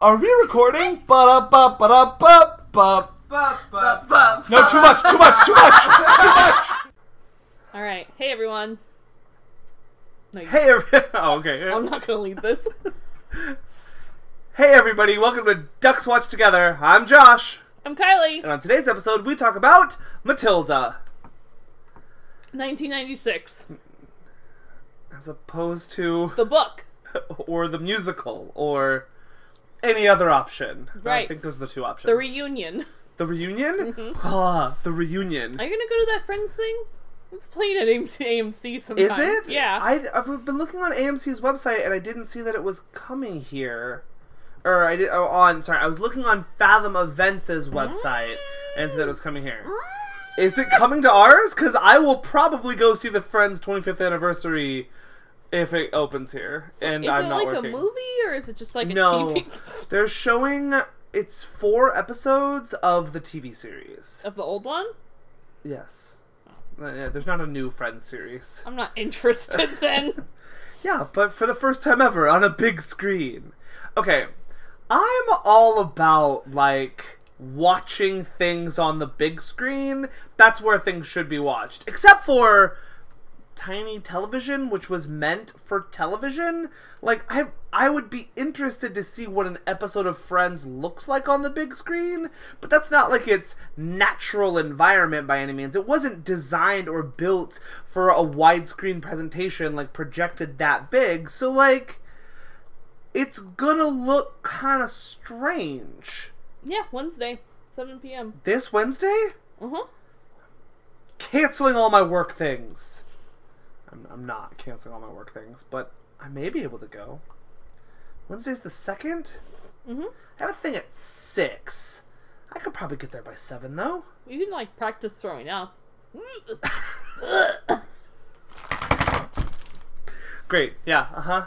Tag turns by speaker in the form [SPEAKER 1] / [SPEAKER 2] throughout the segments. [SPEAKER 1] Are we recording? Ba ba ba ba ba. No, too much, too much, too much, too much.
[SPEAKER 2] All right. Hey, everyone. No, you-
[SPEAKER 3] Hey, every- oh, okay.
[SPEAKER 2] I'm not going to lead this.
[SPEAKER 3] Hey, everybody! Welcome to Ducks Watch Together. I'm Josh,
[SPEAKER 2] I'm Kylie.
[SPEAKER 3] and on today's episode, we talk about Matilda,
[SPEAKER 2] 1996.
[SPEAKER 3] as opposed to
[SPEAKER 2] The book.
[SPEAKER 3] or the musical or any other option. I
[SPEAKER 2] Right.
[SPEAKER 3] think those are the two options.
[SPEAKER 2] The Mm-hmm. reunion.
[SPEAKER 3] The reunion. Ah, the reunion.
[SPEAKER 2] Are you going to go to that Friends thing? It's playing at AMC, AMC
[SPEAKER 3] Is
[SPEAKER 2] sometime.
[SPEAKER 3] it?
[SPEAKER 2] Yeah.
[SPEAKER 3] I, I've been looking on AMC's website, and I didn't see that it was coming here. Or I did oh, on. Sorry, I was looking on Fathom Events' website, and it said it was coming here. Is it coming to ours? Because I will probably go see the Friends 25th anniversary if it opens here, and
[SPEAKER 2] is
[SPEAKER 3] I'm
[SPEAKER 2] it
[SPEAKER 3] not
[SPEAKER 2] like
[SPEAKER 3] working.
[SPEAKER 2] a movie or is it just like a
[SPEAKER 3] No.
[SPEAKER 2] TV
[SPEAKER 3] They're showing it's four episodes of the TV series.
[SPEAKER 2] of the old one?
[SPEAKER 3] Yes. Uh, yeah, There's not a new Friends series.
[SPEAKER 2] I'm not interested then.
[SPEAKER 3] Yeah, but for the first time ever on a big screen. Okay, I'm all about like watching things on the big screen. That's where things should be watched, except for tiny television, which was meant for television. Like I, I would be interested to see what an episode of Friends looks like on the big screen, but that's not like its natural environment by any means. It wasn't designed or built for a widescreen presentation, like projected that big. So like, it's gonna look kind of strange
[SPEAKER 2] yeah, Wednesday, 7 p.m.
[SPEAKER 3] this Wednesday.
[SPEAKER 2] Uh huh.
[SPEAKER 3] Canceling all my work things. I'm, I'm not canceling all my work things, but I may be able to go. Wednesday's the 2nd
[SPEAKER 2] Mhm.
[SPEAKER 3] I have a thing at six. I could probably get there by seven though.
[SPEAKER 2] You can like practice throwing up.
[SPEAKER 3] Great. Yeah. Uh huh.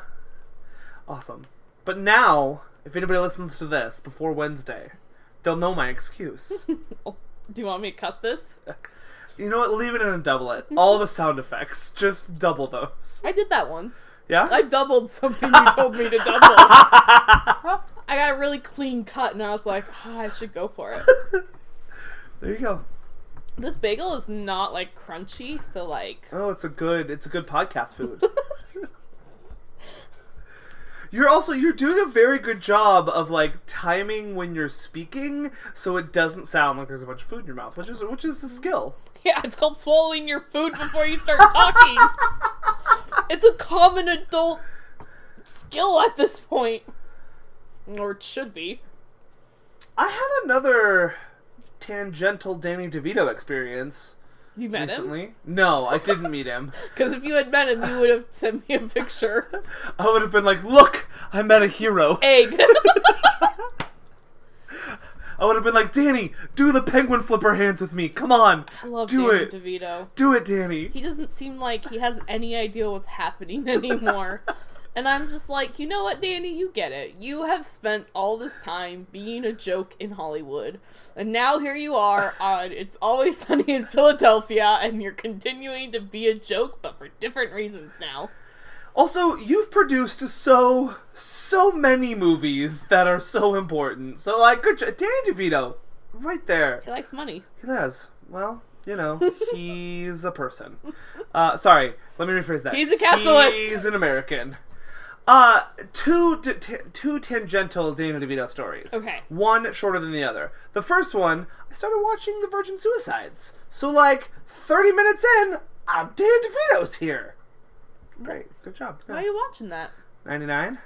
[SPEAKER 3] Awesome. But now, if anybody listens to this before Wednesday, they'll know my excuse.
[SPEAKER 2] Oh, do you want me to cut this?
[SPEAKER 3] you know what? Leave it in and double it. All the sound effects, just double those.
[SPEAKER 2] I did that once.
[SPEAKER 3] Yeah.
[SPEAKER 2] I doubled something you told me to double. I got a really clean cut, and I was like, "Ah, I should go for it.
[SPEAKER 3] there you go.
[SPEAKER 2] This bagel is not like crunchy, so like,
[SPEAKER 3] Oh, it's a good it's a good podcast food. you're also you're doing a very good job of like timing when you're speaking so it doesn't sound like there's a bunch of food in your mouth, which is which is a skill.
[SPEAKER 2] yeah, it's called swallowing your food before you start talking. it's a common adult skill at this point, or it should be.
[SPEAKER 3] I had another tangential Danny DeVito experience
[SPEAKER 2] You met him
[SPEAKER 3] recently. No, I didn't meet him.
[SPEAKER 2] because if you had met him, you would have sent me a picture.
[SPEAKER 3] I would have been like, "Look, I met a hero."
[SPEAKER 2] Egg.
[SPEAKER 3] I would have been like, "Danny, do the penguin flipper hands with me. Come on.
[SPEAKER 2] I love
[SPEAKER 3] Do
[SPEAKER 2] Danny
[SPEAKER 3] it.
[SPEAKER 2] DeVito.
[SPEAKER 3] Do it, Danny."
[SPEAKER 2] he doesn't seem like he has any idea what's happening anymore. and I'm just like, you know what, Danny, you get it. You have spent all this time being a joke in Hollywood. And now here you are on It's Always Sunny in Philadelphia, and you're continuing to be a joke, but for different reasons now.
[SPEAKER 3] Also, you've produced so so many movies that are so important. So like, good job, Danny DeVito, right there.
[SPEAKER 2] He likes money.
[SPEAKER 3] He does well. You know, he's a person. Uh, sorry, let me rephrase that.
[SPEAKER 2] He's a capitalist.
[SPEAKER 3] He's an American. Uh, two t- t- two tangential Danny DeVito stories.
[SPEAKER 2] Okay.
[SPEAKER 3] One shorter than the other. The first one, I started watching The Virgin Suicides. So like thirty minutes in, I'm Danny DeVito's here. Great, good job.
[SPEAKER 2] Why are you watching that?
[SPEAKER 3] 99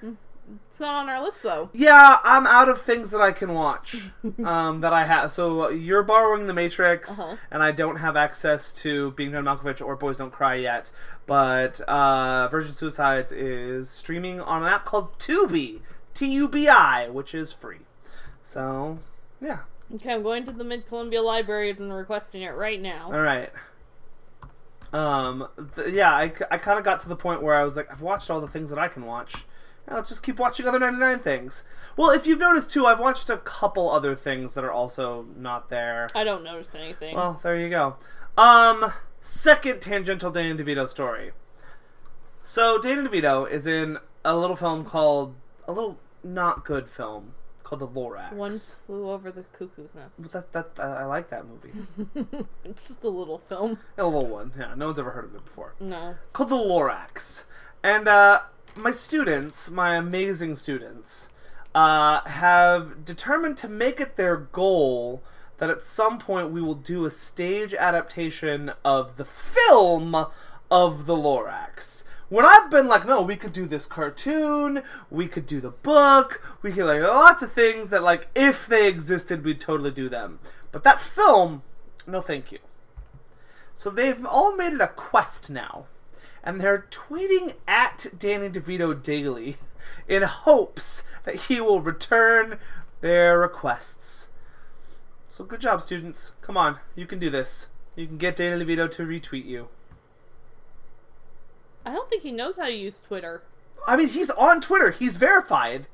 [SPEAKER 2] It's not on our list, though.
[SPEAKER 3] yeah i'm out of things that i can watch um, that i have so you're borrowing the matrix
[SPEAKER 2] Uh-huh.
[SPEAKER 3] and i don't have access to being john malkovich or boys don't cry yet but uh, virgin suicides is streaming on an app called tubi t-u-b-i which is free so yeah
[SPEAKER 2] Okay, I'm going to the Mid Columbia Libraries and requesting it right now.
[SPEAKER 3] All right. Um. th- yeah, I, kind of got to the point where I was like, I've watched all the things that I can watch. Now let's just keep watching other 99 things. Well, if you've noticed too, I've watched a couple other things that are also not there.
[SPEAKER 2] I don't notice anything.
[SPEAKER 3] Well, there you go. Um, second tangential Danny DeVito story. So Danny DeVito is in a little film called a little not good film called The Lorax.
[SPEAKER 2] One flew over the cuckoo's nest.
[SPEAKER 3] But that, that, I I like that movie.
[SPEAKER 2] It's just a little film.
[SPEAKER 3] A little one. Yeah, no one's ever heard of it before.
[SPEAKER 2] No.
[SPEAKER 3] Called The Lorax. And uh, my students, my amazing students, uh, have determined to make it their goal that at some point we will do a stage adaptation of the film of The Lorax. When I've been like, no, we could do this cartoon, we could do the book, we could like lots of things that like if they existed, we'd totally do them. But that film, no, thank you. So they've all made it a quest now. And they're tweeting at Danny DeVito daily in hopes that he will return their requests. So good job, students. Come on, you can do this. You can get Danny DeVito to retweet you.
[SPEAKER 2] I don't think he knows how to use Twitter.
[SPEAKER 3] I mean, he's on Twitter, he's verified.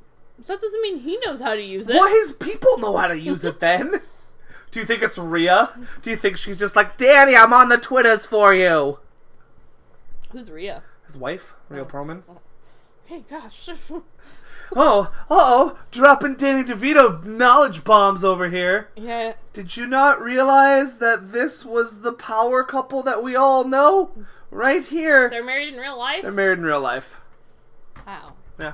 [SPEAKER 2] That doesn't mean he knows how to use it.
[SPEAKER 3] Well, his people know how to use it then. Do you think it's Rhea? Do you think she's just like, Danny, I'm on the Twitters for you?
[SPEAKER 2] Who's Rhea?
[SPEAKER 3] His wife, Rhea Perlman.
[SPEAKER 2] Hey, gosh.
[SPEAKER 3] Oh, uh oh, dropping Danny DeVito knowledge bombs over here.
[SPEAKER 2] yeah.
[SPEAKER 3] Did you not realize that this was the power couple that we all know? Right here. They're,
[SPEAKER 2] They're married in real life?
[SPEAKER 3] married in real life.
[SPEAKER 2] Wow.
[SPEAKER 3] Yeah.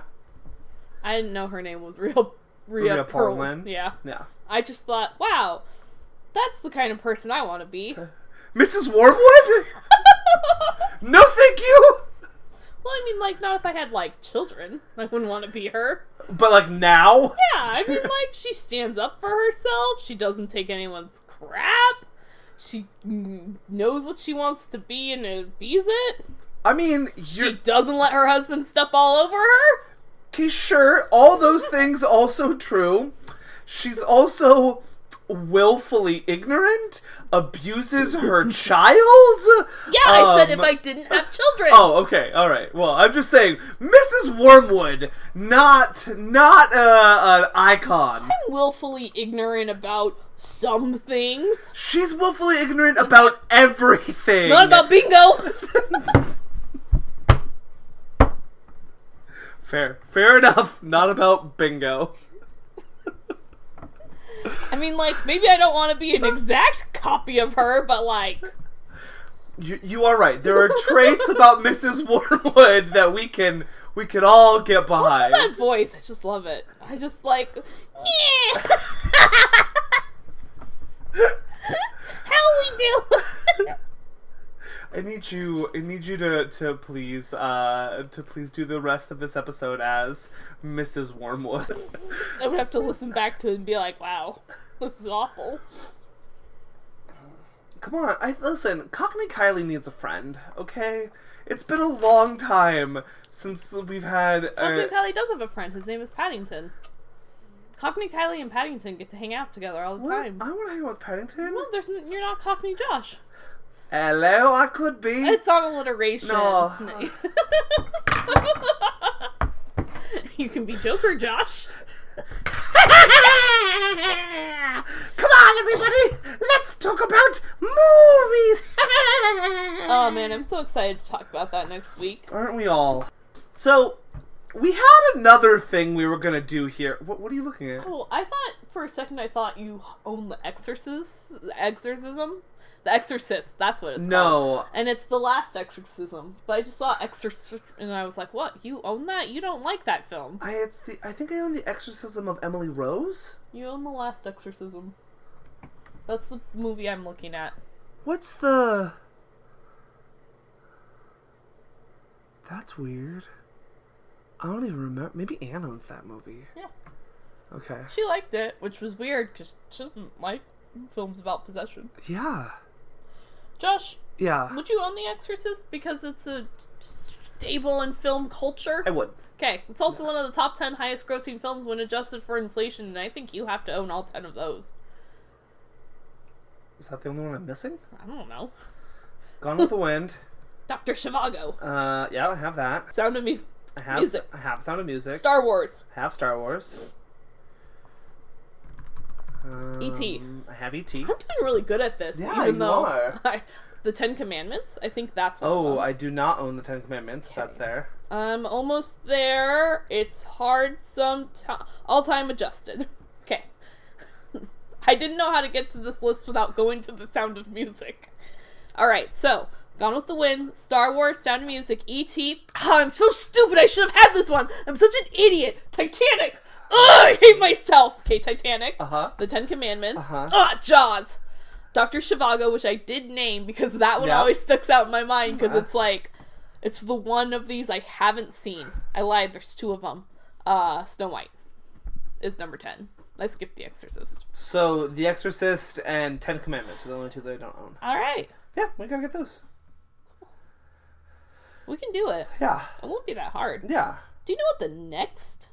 [SPEAKER 2] I didn't know her name was real Rhea,
[SPEAKER 3] Rhea
[SPEAKER 2] Perl-
[SPEAKER 3] Perlman.
[SPEAKER 2] Yeah.
[SPEAKER 3] Yeah.
[SPEAKER 2] I just thought, wow, that's the kind of person I want to be. well,
[SPEAKER 3] Mrs. Wormwood? no, thank you!
[SPEAKER 2] I mean, like, not if I had, like, children. I wouldn't want to be her.
[SPEAKER 3] But like now?
[SPEAKER 2] Yeah, I mean, like, she stands up for herself. She doesn't take anyone's crap. She mm, knows what she wants to be and obeys it.
[SPEAKER 3] I mean,
[SPEAKER 2] She
[SPEAKER 3] you're.
[SPEAKER 2] doesn't let her husband step all over her.
[SPEAKER 3] Okay, sure, all those things also true. She's also willfully ignorant, abuses her child.
[SPEAKER 2] Yeah, I said if
[SPEAKER 3] Um,
[SPEAKER 2] I didn't have children.
[SPEAKER 3] Oh, okay, all right. Well, I'm just saying, Mrs. Wormwood, not not uh, an icon.
[SPEAKER 2] I'm willfully ignorant about some things.
[SPEAKER 3] She's willfully ignorant about everything.
[SPEAKER 2] Not about bingo.
[SPEAKER 3] fair, fair enough. Not about bingo.
[SPEAKER 2] I mean, like, maybe I don't want to be an exact copy of her, but like,
[SPEAKER 3] You, you are right. There are traits about Mrs. Wormwood that we can we can all get
[SPEAKER 2] also
[SPEAKER 3] behind.
[SPEAKER 2] that voice, I just love it. I just like, yeah. How we doing?
[SPEAKER 3] I need you. I need you to to please uh to please do the rest of this episode as Mrs. Wormwood.
[SPEAKER 2] I would have to listen back to it and be like, wow, this is awful.
[SPEAKER 3] Come on, I listen. Cockney Kylie needs a friend, okay? It's been a long time since we've had.
[SPEAKER 2] Cockney
[SPEAKER 3] A,
[SPEAKER 2] Kylie does have a friend. His name is Paddington. Cockney Kylie and Paddington get to hang out together all the
[SPEAKER 3] what? I
[SPEAKER 2] time.
[SPEAKER 3] want to hang out with Paddington.
[SPEAKER 2] No, there's n- you're not Cockney Josh.
[SPEAKER 3] Hello, I could be.
[SPEAKER 2] It's on alliteration.
[SPEAKER 3] No.
[SPEAKER 2] you can be Joker Josh.
[SPEAKER 3] Come on, everybody, let's talk about movies.
[SPEAKER 2] Oh man, I'm so excited to talk about that next week.
[SPEAKER 3] aren't we all? So, we had another thing we were gonna do here. What, what are you looking at?
[SPEAKER 2] Oh, I thought for a second I thought you own the exorcist exorcism. The exorcist, that's what it's called.
[SPEAKER 3] No,
[SPEAKER 2] And it's the last exorcism. But I just saw exorcist and I was like, "What? You own that? You don't like that film.
[SPEAKER 3] I it's the I think I own the Exorcism of Emily Rose.
[SPEAKER 2] You own the last exorcism." That's the movie I'm looking at.
[SPEAKER 3] What's the? That's weird. I don't even remember. Maybe Anne owns that movie.
[SPEAKER 2] Yeah.
[SPEAKER 3] Okay.
[SPEAKER 2] She liked it, which was weird because she doesn't like films about possession.
[SPEAKER 3] Yeah.
[SPEAKER 2] Josh,
[SPEAKER 3] Yeah.
[SPEAKER 2] would you own The Exorcist because it's a stable in film culture?
[SPEAKER 3] I would.
[SPEAKER 2] Okay, it's also one of the top 10 highest grossing films when adjusted for inflation, and I think you have to own all 10 of those.
[SPEAKER 3] Is that the only one I'm missing?
[SPEAKER 2] I don't know.
[SPEAKER 3] Gone with the Wind.
[SPEAKER 2] Dr. Shivago.
[SPEAKER 3] Uh, yeah, I have that.
[SPEAKER 2] Sound of me.
[SPEAKER 3] I have,
[SPEAKER 2] music.
[SPEAKER 3] I have Sound of Music.
[SPEAKER 2] Star Wars.
[SPEAKER 3] I have Star Wars. Um,
[SPEAKER 2] E.T..
[SPEAKER 3] I have E.T.
[SPEAKER 2] I'm doing really good at this.
[SPEAKER 3] Yeah,
[SPEAKER 2] even
[SPEAKER 3] you
[SPEAKER 2] though
[SPEAKER 3] are.
[SPEAKER 2] I, the Ten Commandments, I think that's one of
[SPEAKER 3] Oh,
[SPEAKER 2] them.
[SPEAKER 3] I do not own the Ten Commandments. That's there.
[SPEAKER 2] I'm almost there. It's hard sometimes. All time adjusted. Okay. I didn't know how to get to this list without going to the sound of music. All right, so Gone with the Wind, Star Wars, Sound of Music, E.T. Ah, I'm so stupid. I should have had this one. I'm such an idiot. Titanic. Ugh, I hate myself. Okay, Titanic.
[SPEAKER 3] Uh huh.
[SPEAKER 2] The Ten Commandments.
[SPEAKER 3] Uh-huh.
[SPEAKER 2] Ah, Jaws. Doctor Shivago, which I did name because that one
[SPEAKER 3] Yeah.
[SPEAKER 2] always sticks out in my mind because
[SPEAKER 3] Uh-huh.
[SPEAKER 2] it's like, it's the one of these I haven't seen. I lied. There's two of them. Uh, Snow White is number ten. I skipped The Exorcist.
[SPEAKER 3] So The Exorcist and Ten Commandments are the only two that I don't own.
[SPEAKER 2] All right,
[SPEAKER 3] Yeah, we gotta get those.
[SPEAKER 2] we can do it.
[SPEAKER 3] Yeah,
[SPEAKER 2] It won't be that hard.
[SPEAKER 3] yeah.
[SPEAKER 2] Do you know what the next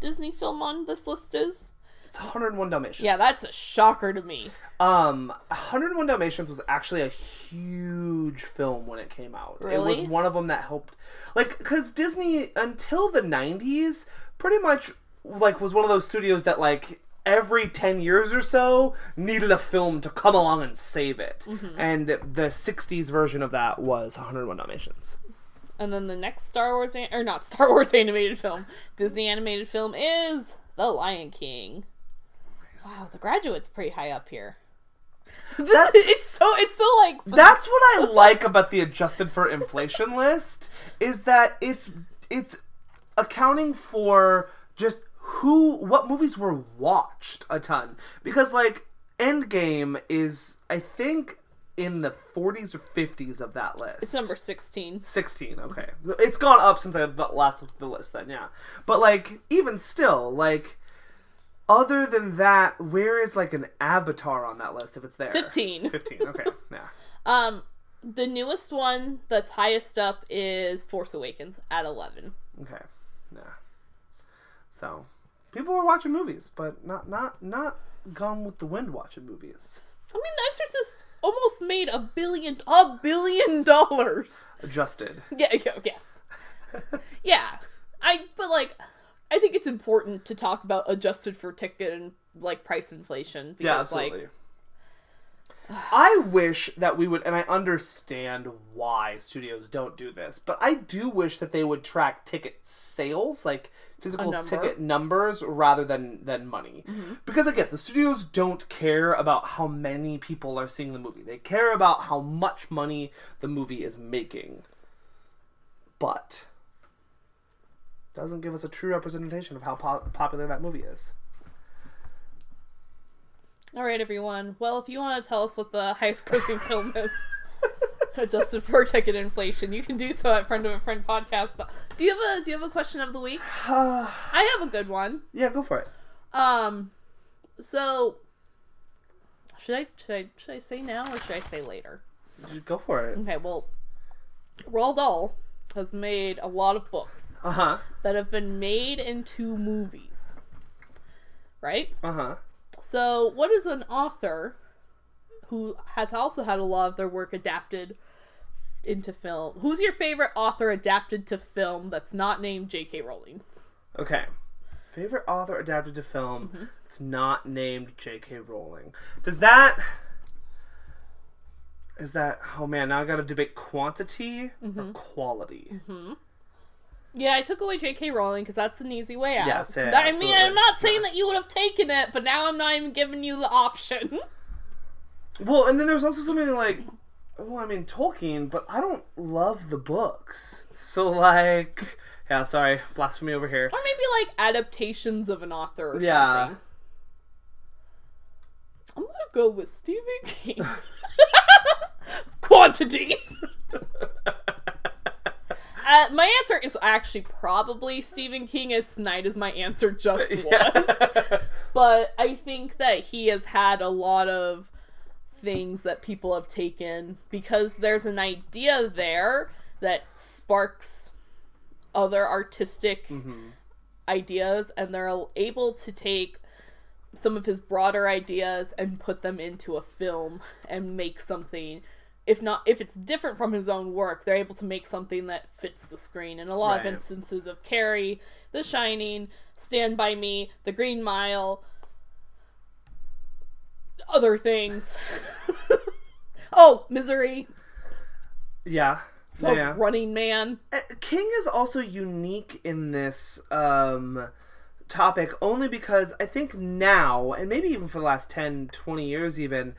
[SPEAKER 2] Disney film on this list is?
[SPEAKER 3] It's 101 Dalmatians.
[SPEAKER 2] Yeah, that's a shocker to me.
[SPEAKER 3] Um, 101 Dalmatians was actually a huge film when it came out. It was
[SPEAKER 2] Really?
[SPEAKER 3] one of them that helped, like, because Disney until the 90s pretty much like was one of those studios that like every 10 years or so needed a film to come along and save it.
[SPEAKER 2] Mm-hmm.
[SPEAKER 3] And the 60s version of that was 101 Dalmatians.
[SPEAKER 2] And then the next Star Wars an- or not Star Wars animated film, Disney animated film is The Lion King. Wow, The Graduate's pretty high up here. This, it's so it's so like
[SPEAKER 3] That's what I like about the adjusted for inflation list is that it's it's accounting for just who what movies were watched a ton because like Endgame is I think in the 40s or 50s of that list.
[SPEAKER 2] it's number sixteen.
[SPEAKER 3] 16 okay it's gone up since i last looked at the list then yeah but like even still like other than that where is like an avatar on that list if it's there
[SPEAKER 2] 15.
[SPEAKER 3] 15 okay yeah
[SPEAKER 2] Um, the newest one that's highest up is Force Awakens at eleven.
[SPEAKER 3] Okay. Yeah. So people were watching movies, but not not not Gone with the Wind watching movies.
[SPEAKER 2] I mean, The Exorcist almost made a billion a billion dollars.
[SPEAKER 3] Adjusted.
[SPEAKER 2] Yeah, yeah, yes. yeah. I but like I think it's important to talk about adjusted for ticket and like price inflation because
[SPEAKER 3] Yeah,
[SPEAKER 2] like
[SPEAKER 3] absolutely. I wish that we would, and I understand why studios don't do this, but I do wish that they would track ticket sales, like physical
[SPEAKER 2] number.
[SPEAKER 3] ticket numbers, rather than than money. Because again, the studios don't care about how many people are seeing the movie; they care about how much money the movie is making. But doesn't give us a true representation of how po- popular that movie is.
[SPEAKER 2] all right everyone. Well, if you want to tell us what the highest grossing film is adjusted for ticket inflation, you can do so at friend of a friend podcast. Do you have a do you have a question of the week? I have a good one.
[SPEAKER 3] yeah, go for it.
[SPEAKER 2] Um so should I should I, should I say now or should I say later?
[SPEAKER 3] Just go for it.
[SPEAKER 2] Okay, well, Roald Dahl has made a lot of books
[SPEAKER 3] Uh huh.
[SPEAKER 2] that have been made into movies. Right?
[SPEAKER 3] Uh huh.
[SPEAKER 2] So, what is an author who has also had a lot of their work adapted into film? Who's your favorite author adapted to film that's not named J.K. Rowling?
[SPEAKER 3] Okay. Favorite author adapted to film. It's not named J.K. Rowling. Does that. Is that. Oh man, now I gotta debate quantity or quality.
[SPEAKER 2] Yeah, I took away J.K. Rowling because that's an easy way out.
[SPEAKER 3] Yes, yeah,
[SPEAKER 2] I mean, I'm
[SPEAKER 3] absolutely.
[SPEAKER 2] not saying that you would have taken it, but now I'm not even giving you the option.
[SPEAKER 3] Well, and then there's also something like. Well, I mean, Tolkien, but I don't love the books. So, like. Yeah, sorry. Blasphemy over here.
[SPEAKER 2] Or maybe like adaptations of an author or
[SPEAKER 3] Yeah.
[SPEAKER 2] something. I'm gonna go with Stephen King. Quantity. Uh, my answer is actually probably Stephen King as snide as my answer just was.
[SPEAKER 3] Yeah.
[SPEAKER 2] But I think that he has had a lot of things that people have taken because there's an idea there that sparks other artistic
[SPEAKER 3] Mm-hmm.
[SPEAKER 2] ideas and they're able to take some of his broader ideas and put them into a film and make something if not if it's different from his own work they're able to make something that fits the screen and a lot of
[SPEAKER 3] Right.
[SPEAKER 2] instances of carrie the shining stand by me the green mile other things oh misery
[SPEAKER 3] yeah.
[SPEAKER 2] The
[SPEAKER 3] Yeah.
[SPEAKER 2] Running Man.
[SPEAKER 3] Uh, King is also unique in this um, topic only because I think now, and maybe even for the last 10, 20 years, even,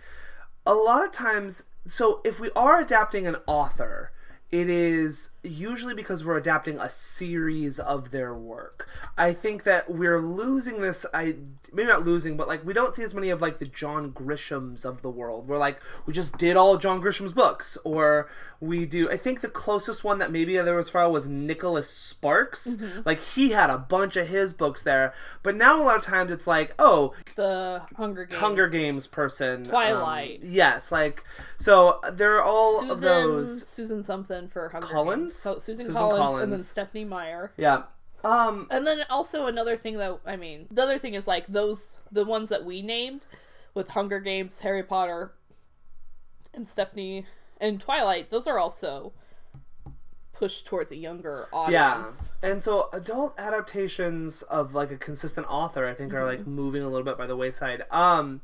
[SPEAKER 3] a lot of times. So if we are adapting an author, it is usually because we're adapting a series of their work. I think that we're losing this. I maybe not losing, but like we don't see as many of like the John Grishams of the world. We're like we just did all John Grisham's books, or we do. I think the closest one that maybe there was for a while was Nicholas Sparks. Like he had a bunch of his books there, but now a lot of times it's like oh
[SPEAKER 2] The Hunger Games.
[SPEAKER 3] Hunger Games person, um,
[SPEAKER 2] Twilight.
[SPEAKER 3] yes, like so they're all of
[SPEAKER 2] Susan,
[SPEAKER 3] those.
[SPEAKER 2] Susan something for Hunger
[SPEAKER 3] Collins?
[SPEAKER 2] Games. So, Susan,
[SPEAKER 3] Susan
[SPEAKER 2] Collins, and then
[SPEAKER 3] Collins.
[SPEAKER 2] Stephanie Meyer.
[SPEAKER 3] Yeah. Um
[SPEAKER 2] And then also another thing that I mean, the other thing is like those the ones that we named with Hunger Games, Harry Potter, and Stephanie and Twilight. Those are also pushed towards a younger
[SPEAKER 3] yeah.
[SPEAKER 2] audience.
[SPEAKER 3] And so adult adaptations of like a consistent author I think are like moving a little bit by the wayside. Um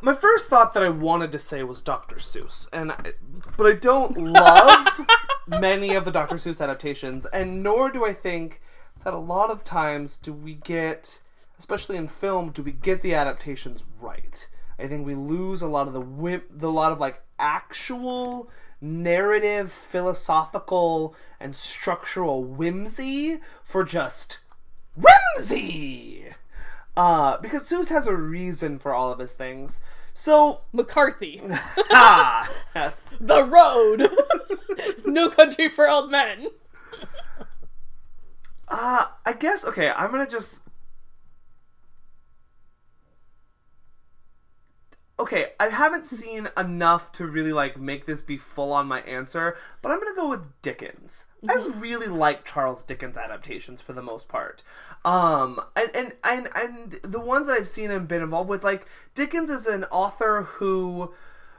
[SPEAKER 3] my first thought that I wanted to say was Dr. Seuss and I, but I don't love many of the Dr. Seuss adaptations and nor do I think that a lot of times do we get especially in film do we get the adaptations right i think we lose a lot of the wimp the lot of like actual narrative philosophical and structural whimsy for just whimsy uh, because Seuss has a reason for all of his things. So,
[SPEAKER 2] McCarthy,
[SPEAKER 3] ah, yes.
[SPEAKER 2] The Road, No Country for Old Men.
[SPEAKER 3] Uh, I guess, okay, I'm gonna just. Okay, I haven't seen enough to really like make this be full on my answer, but I'm gonna go with Dickens. I really like Charles Dickens adaptations for the most part. Um, and, and and and the ones that I've seen and been involved with, like Dickens is an author who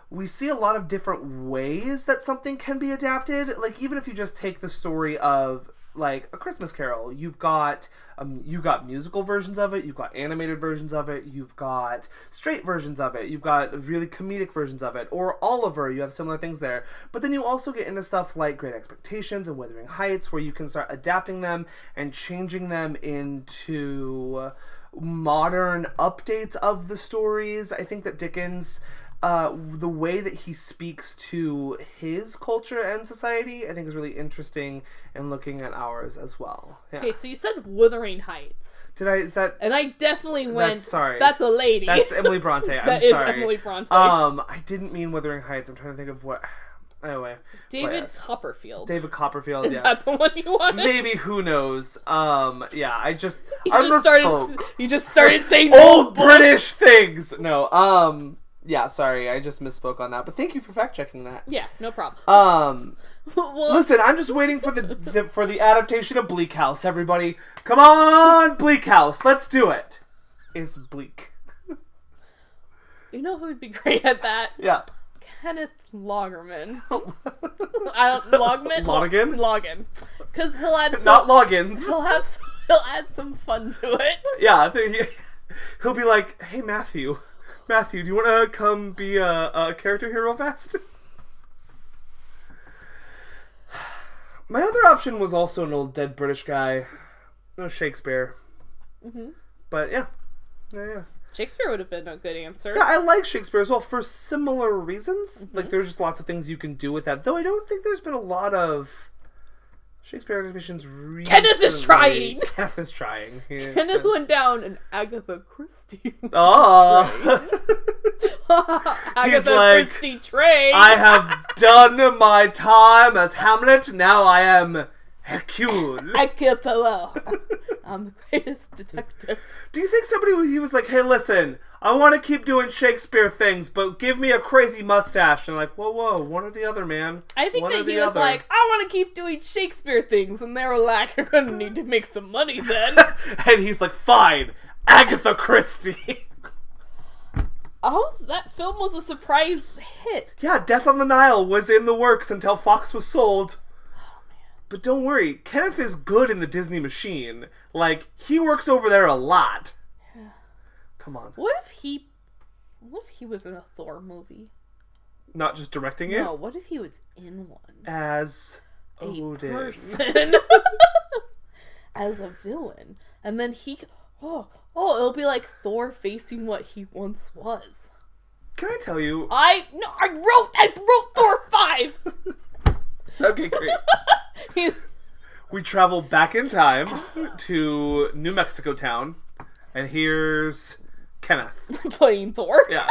[SPEAKER 3] we see a lot of different ways that something can be adapted. Like even if you just take the story of like a Christmas Carol, you've got um, you've got musical versions of it, you've got animated versions of it, you've got straight versions of it, you've got really comedic versions of it, or Oliver, you have similar things there. But then you also get into stuff like Great Expectations and Wuthering Heights, where you can start adapting them and changing them into modern updates of the stories. I think that Dickens uh, the way that he speaks to his culture and society, I think, is really interesting and looking at ours as well. Yeah.
[SPEAKER 2] Okay, so you said Wuthering Heights,
[SPEAKER 3] Did I? Is that?
[SPEAKER 2] and I definitely went.
[SPEAKER 3] That's- sorry.
[SPEAKER 2] That's a lady.
[SPEAKER 3] That's Emily Bronte. I'm
[SPEAKER 2] That is
[SPEAKER 3] sorry.
[SPEAKER 2] Emily Bronte.
[SPEAKER 3] Um, I didn't mean Wuthering Heights. I'm trying to think of what. Anyway,
[SPEAKER 2] David
[SPEAKER 3] yes.
[SPEAKER 2] Copperfield.
[SPEAKER 3] David Copperfield.
[SPEAKER 2] is
[SPEAKER 3] yes.
[SPEAKER 2] that the one you wanted?
[SPEAKER 3] Maybe who knows? Um, yeah. I just.
[SPEAKER 2] You
[SPEAKER 3] I
[SPEAKER 2] just started.
[SPEAKER 3] misspoke.
[SPEAKER 2] You just started saying
[SPEAKER 3] old British things. No. Um. Yeah. Sorry. I just misspoke on that. But thank you for fact checking that.
[SPEAKER 2] Yeah, no problem.
[SPEAKER 3] Um.
[SPEAKER 2] well,
[SPEAKER 3] Listen, I'm just waiting for the, the for the adaptation of Bleak House. Everybody, come on, Bleak House, let's do it. It's Bleak.
[SPEAKER 2] you know who would be great at that?
[SPEAKER 3] Yeah.
[SPEAKER 2] Kenneth Logerman. I don't Logman.
[SPEAKER 3] Lonergan?
[SPEAKER 2] Logan. Because he'll add some,
[SPEAKER 3] Not logins.
[SPEAKER 2] he'll have some, he'll add some fun to it.
[SPEAKER 3] Yeah. I think he- He'll be like, "Hey, Matthew, Matthew, do you want to come be a, a character here real fast?" My other option was also an old dead British guy, no Shakespeare. But yeah, yeah, yeah.
[SPEAKER 2] Shakespeare would have been a good answer.
[SPEAKER 3] Yeah, I like Shakespeare as well for similar reasons.
[SPEAKER 2] Mm-hmm.
[SPEAKER 3] Like, there's just lots of things you can do with that. Though I don't think there's been a lot of Shakespeare adaptations. Recently.
[SPEAKER 2] Kenneth is trying.
[SPEAKER 3] Kenneth is trying. Yeah.
[SPEAKER 2] Kenneth went down and Agatha Christie.
[SPEAKER 3] Oh.
[SPEAKER 2] Agatha
[SPEAKER 3] like,
[SPEAKER 2] Christie train.
[SPEAKER 3] I have done my time as Hamlet. Now I am Hercule.
[SPEAKER 2] Agatha. I'm the greatest detective.
[SPEAKER 3] Do you think somebody was, he was like, "Hey, listen, I want to keep doing Shakespeare things, but give me a crazy mustache"? And like, whoa, whoa, one or the other, man.
[SPEAKER 2] I think
[SPEAKER 3] One or
[SPEAKER 2] that he
[SPEAKER 3] the
[SPEAKER 2] was
[SPEAKER 3] other."
[SPEAKER 2] like, I want to keep doing Shakespeare things, and they were like, You're gonna need to make some money then.
[SPEAKER 3] and he's like, fine, Agatha Christie.
[SPEAKER 2] Oh, so that film was a surprise hit.
[SPEAKER 3] yeah, Death on the Nile was in the works until Fox was sold. Oh, But don't worry, Kenneth is good in the Disney machine. Like, he works over there a lot. Come on.
[SPEAKER 2] What if he? What if he was in a Thor movie?
[SPEAKER 3] Not just directing
[SPEAKER 2] No,
[SPEAKER 3] it
[SPEAKER 2] what if he was in one?
[SPEAKER 3] as
[SPEAKER 2] A
[SPEAKER 3] Odin.
[SPEAKER 2] person. As a villain. And then he. c- Oh, oh, it'll be like Thor facing what he once was.
[SPEAKER 3] Can I tell you?
[SPEAKER 2] I no, I wrote I wrote Thor five.
[SPEAKER 3] Okay, great.
[SPEAKER 2] He-
[SPEAKER 3] we travel back in time to New Mexico town, and here's Kenneth.
[SPEAKER 2] playing Thor.
[SPEAKER 3] Yeah.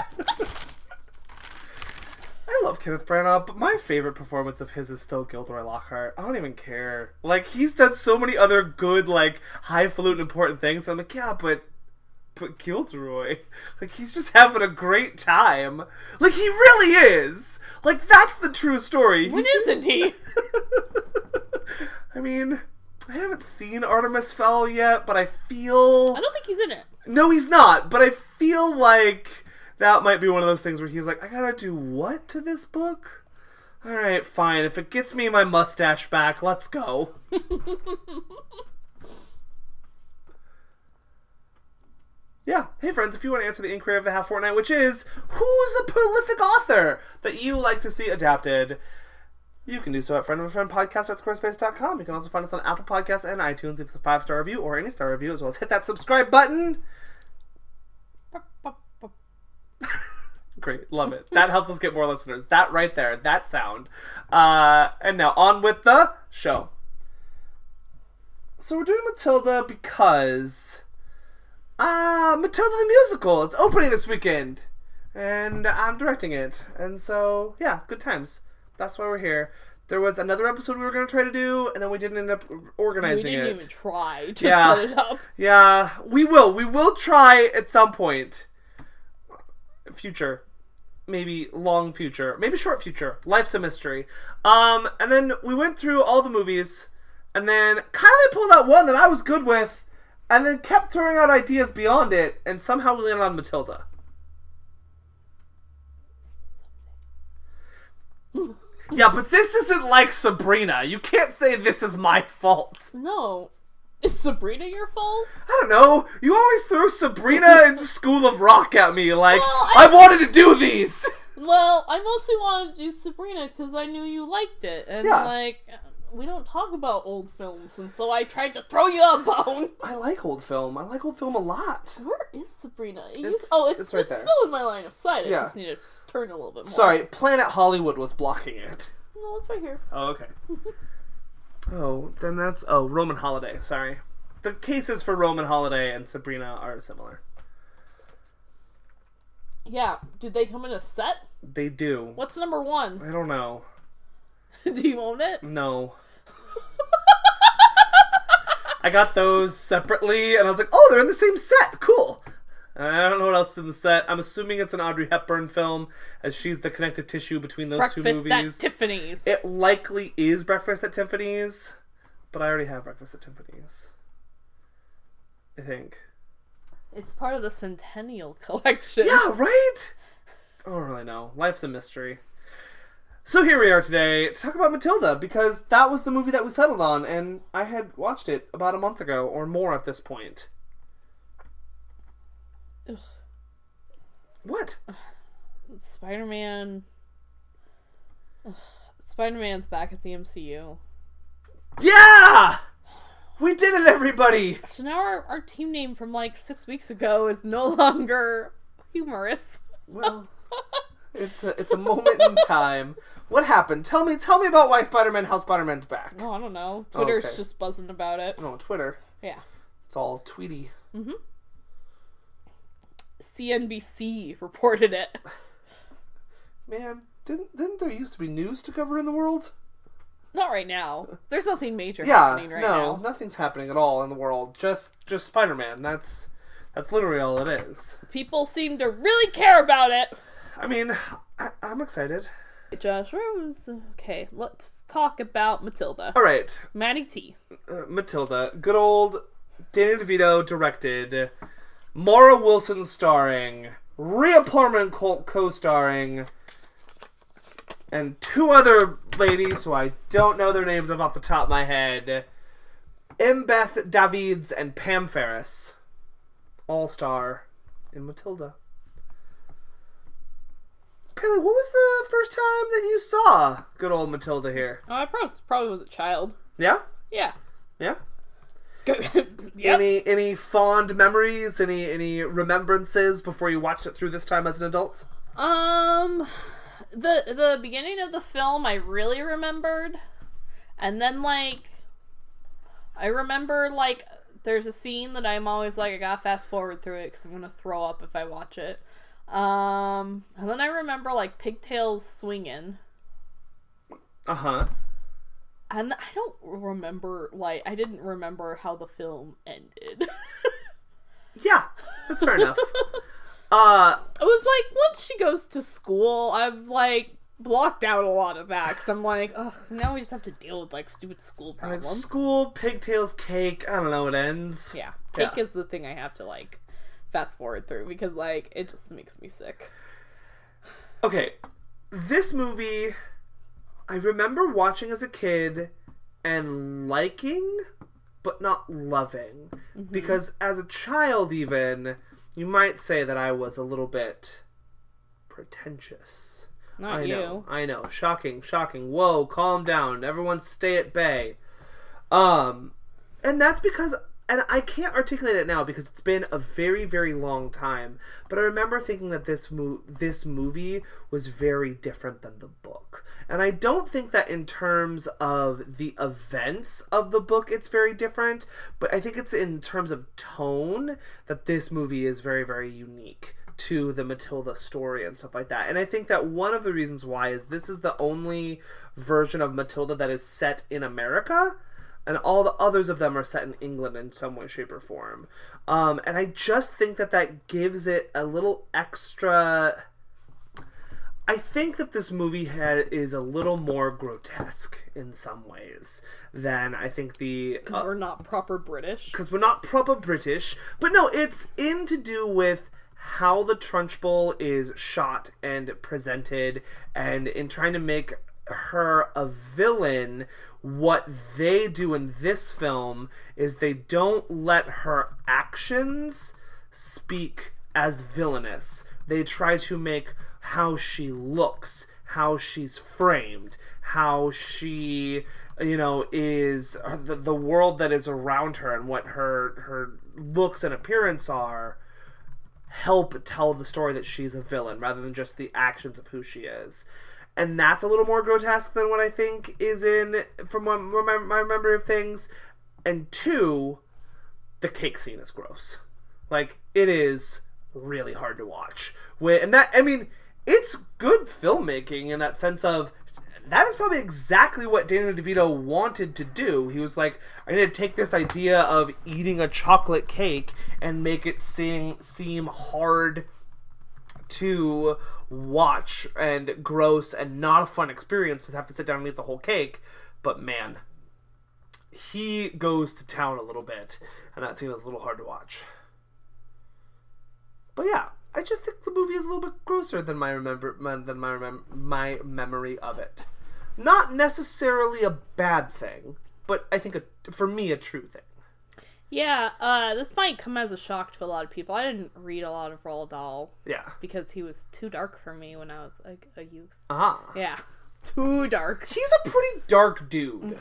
[SPEAKER 3] I love Kenneth Branagh, but my favorite performance of his is still Gilderoy Lockhart. I don't even care. Like he's done so many other good, like highfalutin important things. And I'm like, yeah, but but Gilderoy, like he's just having a great time. Like he really is. Like that's the true story.
[SPEAKER 2] Which
[SPEAKER 3] He's
[SPEAKER 2] isn't he?
[SPEAKER 3] I mean, I haven't seen Artemis Fowl yet, but I feel
[SPEAKER 2] I don't think he's in it.
[SPEAKER 3] no, he's not. But I feel like that might be one of those things where he's like, I gotta do what to this book? All right, fine. If it gets me my mustache back, let's go. yeah. Hey, friends, if you want to answer the inquiry of the half fortnight, which is who's a prolific author that you like to see adapted? You can do so at friend of a friend podcast at squarespace.com. You can also find us on Apple Podcasts and iTunes if it's a five star review or any star review, as well as hit that subscribe button. Great, love it. That helps us get more listeners. That right there, that sound. Uh, and now on with the show. So we're doing Matilda because uh, Matilda the musical. It's opening this weekend, and I'm directing it. And so yeah, good times. That's why we're here. There was another episode we were gonna try to do, and then we didn't end up
[SPEAKER 2] We
[SPEAKER 3] organizing
[SPEAKER 2] didn't
[SPEAKER 3] it.
[SPEAKER 2] even try to
[SPEAKER 3] Yeah.
[SPEAKER 2] set it up.
[SPEAKER 3] Yeah, we will. We will try at some point. Future. Maybe long future. Maybe short future. Life's a mystery. Um, and then we went through all the movies, and then Kylie pulled out one that I was good with, and then kept throwing out ideas beyond it, and somehow we landed on Matilda. yeah, but this isn't like Sabrina. You can't say this is my fault.
[SPEAKER 2] No. Is Sabrina your fault?
[SPEAKER 3] I don't know. You always throw Sabrina and School of Rock at me. Like
[SPEAKER 2] Well,
[SPEAKER 3] I,
[SPEAKER 2] I-
[SPEAKER 3] wanted to do these.
[SPEAKER 2] Well, I mostly wanted to do Sabrina because I knew you liked it, and
[SPEAKER 3] Yeah.
[SPEAKER 2] like we don't talk about old films, and so I tried to throw you a bone.
[SPEAKER 3] I like old film. I like old film a lot.
[SPEAKER 2] Where is Sabrina? It
[SPEAKER 3] It's-
[SPEAKER 2] used, oh, it's,
[SPEAKER 3] it's
[SPEAKER 2] it's,
[SPEAKER 3] right there.
[SPEAKER 2] still in my line of sight. I
[SPEAKER 3] Yeah.
[SPEAKER 2] just need to turn a little bit more.
[SPEAKER 3] Sorry, Planet Hollywood was blocking it.
[SPEAKER 2] No, it's right here.
[SPEAKER 3] Oh, okay. oh, then that's oh Roman Holiday. Sorry, the cases for Roman Holiday and Sabrina are similar.
[SPEAKER 2] Yeah. Did they come in a set?
[SPEAKER 3] They do.
[SPEAKER 2] What's number one?
[SPEAKER 3] I don't know.
[SPEAKER 2] do you own it?
[SPEAKER 3] No. I got those separately, and I was like, oh, they're in the same set. Cool. And I don't know what else is in the set. I'm assuming it's an Audrey Hepburn film, as she's the connective tissue between those two
[SPEAKER 2] Breakfast at
[SPEAKER 3] movies.
[SPEAKER 2] Tiffany's.
[SPEAKER 3] it likely is Breakfast at Tiffany's, but I already have Breakfast at Tiffany's. I think.
[SPEAKER 2] It's part of the Centennial collection.
[SPEAKER 3] Yeah, right? I don't really know. Life's a mystery. So here we are today to talk about Matilda because that was the movie that we settled on, and I had watched it about a month ago or more at this point.
[SPEAKER 2] Ugh.
[SPEAKER 3] What?
[SPEAKER 2] Spider Man. Spider Man's back at the MCU.
[SPEAKER 3] Yeah! We did it, everybody!
[SPEAKER 2] So now our, our team name from like six weeks ago is no longer humorous.
[SPEAKER 3] Well, it's a, it's a moment in time. What happened? Tell me, tell me about why Spider-Man, how Spider-Man's back.
[SPEAKER 2] Oh, I don't know. Twitter's
[SPEAKER 3] okay.
[SPEAKER 2] just buzzing about it.
[SPEAKER 3] Oh, Twitter.
[SPEAKER 2] Yeah.
[SPEAKER 3] It's all tweety.
[SPEAKER 2] CNBC reported it.
[SPEAKER 3] Man, didn't didn't there used to be news to cover in the world?
[SPEAKER 2] Not right now. There's nothing major
[SPEAKER 3] Yeah,
[SPEAKER 2] happening right
[SPEAKER 3] no,
[SPEAKER 2] now.
[SPEAKER 3] nothing's happening at all in the world. Just just Spider Man. That's that's literally all it is.
[SPEAKER 2] People seem to really care about it.
[SPEAKER 3] I mean, I, I'm excited.
[SPEAKER 2] Josh Rose. Okay, let's talk about Matilda.
[SPEAKER 3] All right,
[SPEAKER 2] Maddie T.
[SPEAKER 3] uh, Matilda, good old Danny DeVito directed, Mara Wilson starring, Rhea Perlman co- co-starring, and two other ladies who I don't know their names off the top of my head, Mbeth Davids and Pam Ferris, all star in Matilda. Kylie, what was the first time that you saw good old Matilda here?
[SPEAKER 2] Oh, I probably, probably was a child.
[SPEAKER 3] Yeah,
[SPEAKER 2] Yeah.
[SPEAKER 3] yeah.
[SPEAKER 2] yep.
[SPEAKER 3] Any any fond memories? Any any remembrances before you watched it through this time as an adult?
[SPEAKER 2] Um, the the beginning of the film I really remembered, and then like, I remember like there's a scene that I'm always like I gotta fast forward through it because I'm gonna throw up if I watch it. Um, and then I remember like pigtails swinging,
[SPEAKER 3] Uh huh.
[SPEAKER 2] and I don't remember like I didn't remember how the film ended. it
[SPEAKER 3] Yeah, that's fair enough. Uh,
[SPEAKER 2] was like once she goes to school, I've like. Blocked out a lot of that because I'm like, oh, now we just have to deal with like stupid school
[SPEAKER 3] like
[SPEAKER 2] problems.
[SPEAKER 3] school, pigtails, cake. I don't know. It ends.
[SPEAKER 2] Yeah. Cake
[SPEAKER 3] Yeah.
[SPEAKER 2] is the thing I have to like fast forward through because like it just makes me sick.
[SPEAKER 3] Okay, this movie, I remember watching as a kid and liking, but not loving. Because as a child, even, you might say that I was a little bit pretentious.
[SPEAKER 2] Not
[SPEAKER 3] I
[SPEAKER 2] you.
[SPEAKER 3] know, I know. Shocking, shocking. Whoa, calm down. Everyone stay at bay. Um, and that's because, and I can't articulate it now because it's been a very, very long time. But I remember thinking that this mo- this movie was very different than the book, and I don't think that in terms of the events of the book, it's very different. But I think it's in terms of tone that this movie is very, very unique to the Matilda story and stuff like that. And I think that one of the reasons why is this is the only version of Matilda that is set in America and all the others of them are set in England in some way, shape, or form. Um, and I just think that that gives it a little extra. I think that this movie had, is a little more grotesque in some ways than I think the
[SPEAKER 2] Because we're not proper British.
[SPEAKER 3] because we're not proper British. But no, it's in to do with how the Trunchbull is shot and presented, and in trying to make her a villain. What they do in this film is they don't let her actions speak as villainous. They try to make how she looks, how she's framed, how she, you know, is her- the, the world that is around her and what her her looks and appearance are help tell the story that she's a villain rather than just the actions of who she is. And that's a little more grotesque than what I think is in from what- from my, my memory of things. And two, the cake scene is gross. Like it is really hard to watch. When, and that I mean, it's good filmmaking in that sense of that is probably exactly what Daniel DeVito wanted to do. He was like, I'm gonna take this idea of eating a chocolate cake and make it seem seem hard to watch and gross and not a fun experience to have to sit down and eat the whole cake. But man, he goes to town a little bit, and that scene is a little hard to watch. But yeah, I just think the movie is a little bit grosser than my remember my- than my remem- my memory of it. Not necessarily a bad thing, but I think a, for me a true thing.
[SPEAKER 2] Yeah, uh, this might come as a shock to a lot of people. I didn't read a lot of Roald Dahl
[SPEAKER 3] Yeah.
[SPEAKER 2] because he was too dark for me when I was like a youth.
[SPEAKER 3] Ah.
[SPEAKER 2] Yeah. Too dark.
[SPEAKER 3] He's a pretty dark dude.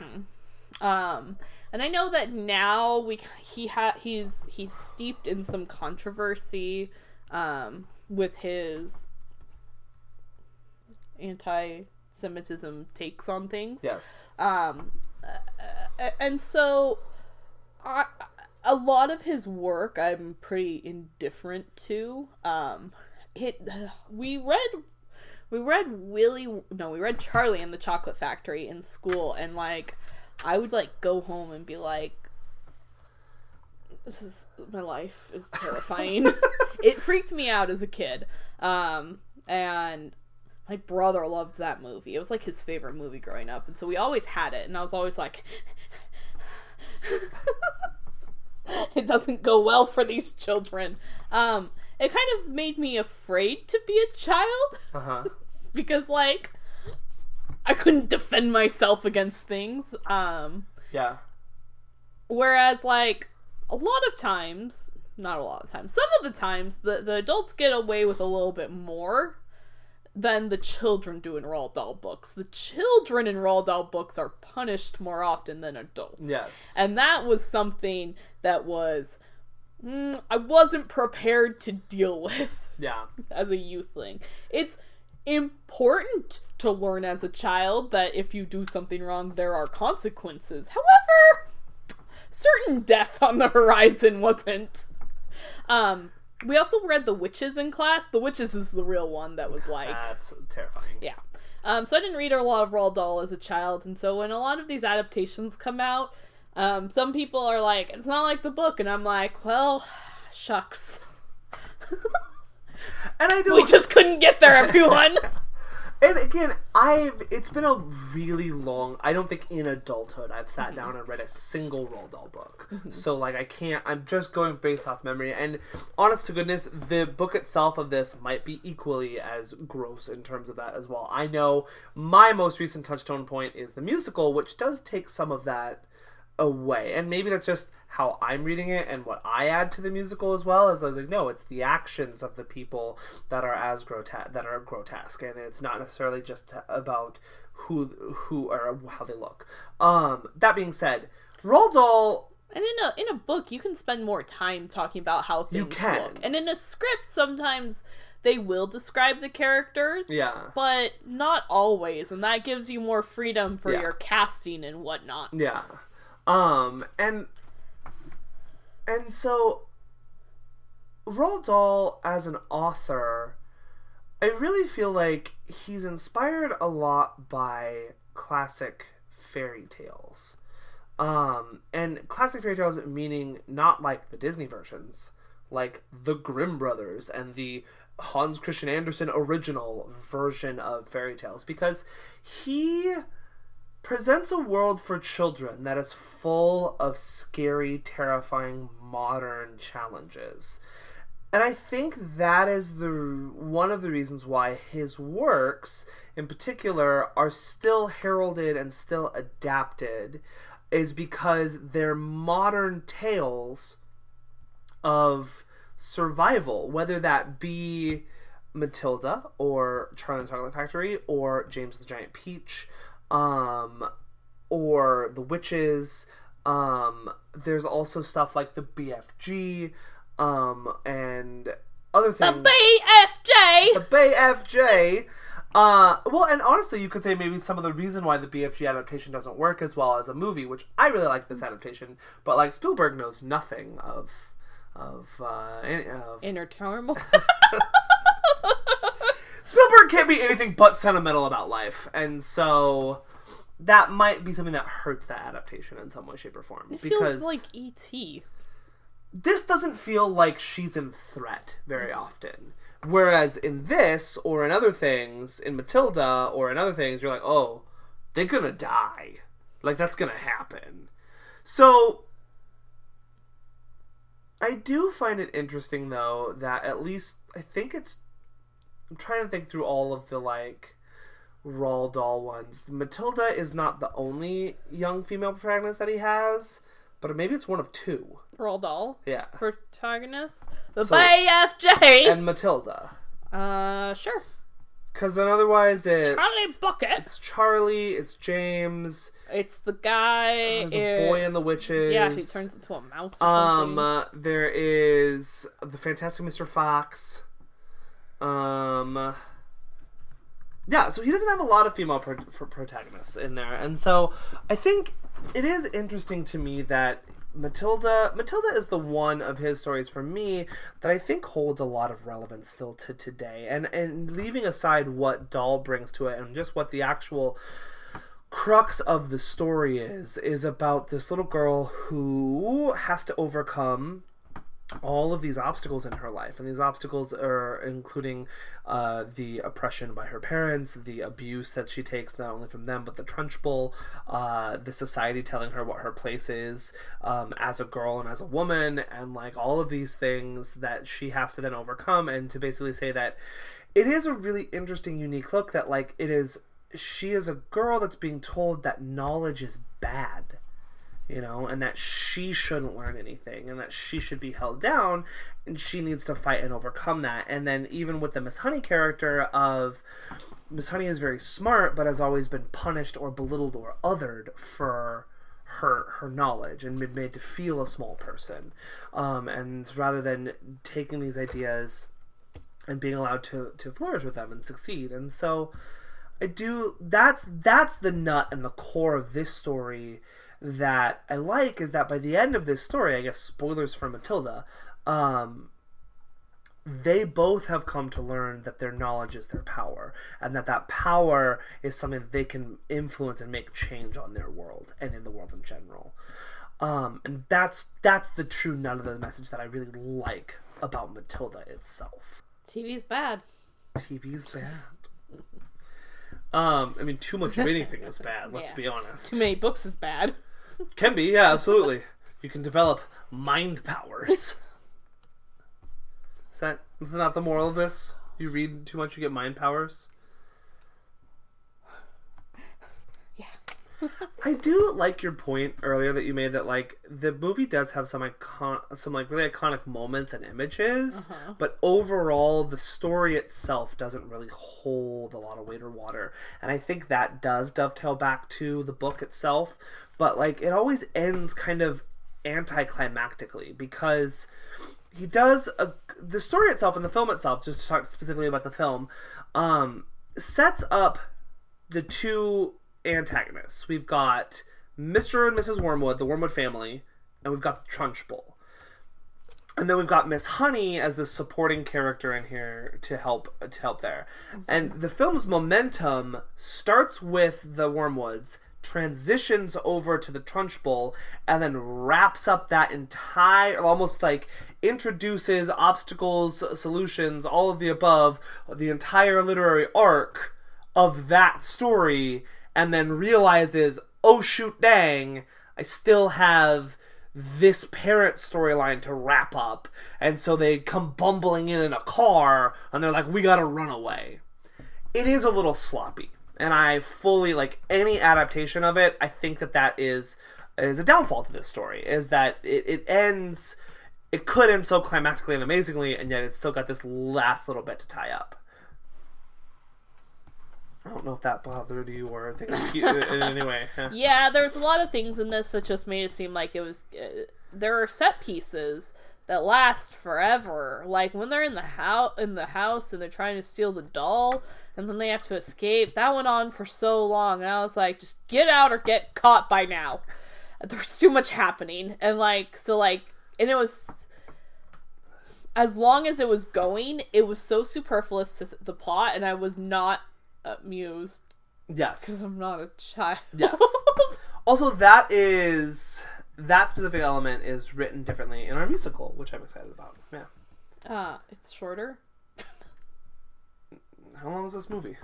[SPEAKER 2] Um and I know that now we he ha- he's he's steeped in some controversy um with his anti-Semitism takes on things.
[SPEAKER 3] Yes.
[SPEAKER 2] um a- and so I, a lot of his work i'm pretty indifferent to um it we read we read willie no we read charlie and the chocolate factory in school and like i would like go home and be like this is my life is terrifying it freaked me out as a kid um and my brother loved that movie. It was like his favorite movie growing up, and so we always had it. And I was always like, "It doesn't go well for these children." Um, it kind of made me afraid to be a child
[SPEAKER 3] Uh huh.
[SPEAKER 2] because, like, I couldn't defend myself against things. Um,
[SPEAKER 3] Yeah.
[SPEAKER 2] Whereas, like, a lot of times, not a lot of times, some of the times, the, the adults get away with a little bit more than the children do in Roald Dahl books. The children in Roald Dahl books are punished more often than adults.
[SPEAKER 3] Yes.
[SPEAKER 2] And that was something that was mm, I wasn't prepared to deal with
[SPEAKER 3] yeah.
[SPEAKER 2] as a youthling. It's important to learn as a child that if you do something wrong, there are consequences. However, certain death on the horizon wasn't. Um, we also read The Witches in class. The Witches is the real one that was like
[SPEAKER 3] That's terrifying.
[SPEAKER 2] yeah. Um, so I didn't read a lot of Roald Dahl as a child, and so when a lot of these adaptations come out, um, some people are like, "It's not like the book," and I'm like, "Well, shucks,
[SPEAKER 3] And I don't
[SPEAKER 2] we just couldn't get there, everyone."
[SPEAKER 3] And again, I've it's been a really long. I don't think in adulthood I've sat down and read a single Roald Dahl book. So like I can't. I'm just going based off memory. And honest to goodness, the book itself of this might be equally as gross in terms of that as well. I know my most recent touchstone point is the musical, which does take some of that away. And maybe that's just how I'm reading it and what I add to the musical as well. Is I was like, no, it's the actions of the people that are as grotesque that are grotesque, and it's not necessarily just about who who or how they look. Um, that being said, Roald Dahl.
[SPEAKER 2] and in a in a book, you can spend more time talking about how things
[SPEAKER 3] You can.
[SPEAKER 2] look, and in a script, sometimes they will describe the characters,
[SPEAKER 3] Yeah.
[SPEAKER 2] but not always, and that gives you more freedom for
[SPEAKER 3] Yeah.
[SPEAKER 2] your casting and whatnot.
[SPEAKER 3] Yeah. Um and and so Roald Dahl as an author, I really feel like he's inspired a lot by classic fairy tales. Um and classic fairy tales meaning not like the Disney versions, like the Grimm brothers and the Hans Christian Andersen original version of fairy tales because he presents a world for children that is full of scary, terrifying modern challenges. And I think that is the one of the reasons why his works in particular are still heralded and still adapted is because they're modern tales of survival, whether that be Matilda or Charlie and the Chocolate Factory or James and the Giant Peach, um, or the Witches. Um, there's also stuff like the BFG, um, and other things.
[SPEAKER 2] BFJ.
[SPEAKER 3] The BFJ. Uh, well, and honestly, you could say maybe some of the reason why the BFG adaptation doesn't work as well as a movie, which I really like this adaptation, but like Spielberg knows nothing of of uh, any, of
[SPEAKER 2] Inner turmoil.
[SPEAKER 3] Spielberg can't be anything but sentimental about life, and so that might be something that hurts that adaptation in some way, shape, or form.
[SPEAKER 2] It
[SPEAKER 3] because
[SPEAKER 2] feels like E ET.
[SPEAKER 3] this doesn't feel like she's in threat very often. Whereas in this or in other things, in Matilda or in other things, you're like, oh, they're gonna die. Like that's gonna happen. So I do find it interesting though that at least I think it's I'm trying to think through all of the like Roald Dahl ones. Matilda is not the only young female protagonist that he has, but maybe it's one of two.
[SPEAKER 2] Roald Dahl
[SPEAKER 3] Yeah.
[SPEAKER 2] protagonist. The
[SPEAKER 3] So-
[SPEAKER 2] BFJ.
[SPEAKER 3] and Matilda.
[SPEAKER 2] Uh, sure.
[SPEAKER 3] Because then otherwise it's
[SPEAKER 2] Charlie Bucket.
[SPEAKER 3] it's Charlie, it's James,
[SPEAKER 2] It's the guy.
[SPEAKER 3] Oh, there's a boy and the witches.
[SPEAKER 2] yeah, he turns into a mouse or
[SPEAKER 3] Um,
[SPEAKER 2] something.
[SPEAKER 3] uh, there is the Fantastic Mr. Fox. Um, yeah, so he doesn't have a lot of female pro- pro- protagonists in there, and so I think it is interesting to me that Matilda Matilda is the one of his stories for me that I think holds a lot of relevance still to today, and and leaving aside what Dahl brings to it and just what the actual crux of the story is is about this little girl who has to overcome all of these obstacles in her life and these obstacles are including uh, the oppression by her parents the abuse that she takes not only from them but the trunchbull uh, the society telling her what her place is um, as a girl and as a woman and like all of these things that she has to then overcome and to basically say that it is a really interesting unique look that like it is she is a girl that's being told that knowledge is bad you know, and that she shouldn't learn anything and that she should be held down and she needs to fight and overcome that. And then even with the Miss Honey character of Miss Honey is very smart but has always been punished or belittled or othered for her her knowledge and been made to feel a small person. Um, and rather than taking these ideas and being allowed to, to flourish with them and succeed. And so I do that's that's the nut and the core of this story that I like is that by the end of this story, I guess spoilers for Matilda, um, they both have come to learn that their knowledge is their power and that that power is something that they can influence and make change on their world and in the world in general. Um, and that's that's the true nut of the message that I really like about Matilda itself.
[SPEAKER 2] TV's bad.
[SPEAKER 3] TV's bad. Um, I mean, too much of anything is bad. Let's
[SPEAKER 2] Yeah.
[SPEAKER 3] be honest.
[SPEAKER 2] Too many books is bad.
[SPEAKER 3] Can be, yeah, absolutely. you can develop mind powers. is that is that not the moral of this? You read too much, you get mind powers.
[SPEAKER 2] Yeah.
[SPEAKER 3] I do like your point earlier that you made that like the movie does have some icon some like really iconic moments and images,
[SPEAKER 2] Uh-huh.
[SPEAKER 3] but overall the story itself doesn't really hold a lot of weight or water. And I think that does dovetail back to the book itself, but like it always ends kind of anticlimactically because he does a, the story itself and the film itself just to talk specifically about the film um sets up the two antagonists we've got mr and mrs wormwood the wormwood family and we've got the trunchbull and then we've got miss honey as the supporting character in here to help to help there and the film's momentum starts with the wormwoods transitions over to the trunchbull and then wraps up that entire almost like introduces obstacles solutions all of the above the entire literary arc of that story and then realizes, oh shoot dang, I still have this parent storyline to wrap up. And so they come bumbling in in a car and they're like, we gotta run away. It is a little sloppy. And I fully, like any adaptation of it, I think that that is is a downfall to this story is that it, it ends it could end so climactically and amazingly and yet it's still got this last little bit to tie up I don't know if that bothered you or if it was cute in any way.
[SPEAKER 2] Yeah, there's a lot of things in this that just made it seem like it was. Uh, there are set pieces that last forever, like when they're in the house in the house and they're trying to steal the doll, and then they have to escape. That went on for so long, and I was like, just get out or get caught by now. There's too much happening, and like so, like, and it was as long as it was going, it was so superfluous to the plot, and I was not amused because
[SPEAKER 3] Yes.
[SPEAKER 2] I'm not a child.
[SPEAKER 3] Yes. Also, that is that specific element is written differently in our musical, which I'm excited about. Yeah.
[SPEAKER 2] Uh, it's shorter.
[SPEAKER 3] How long is this movie?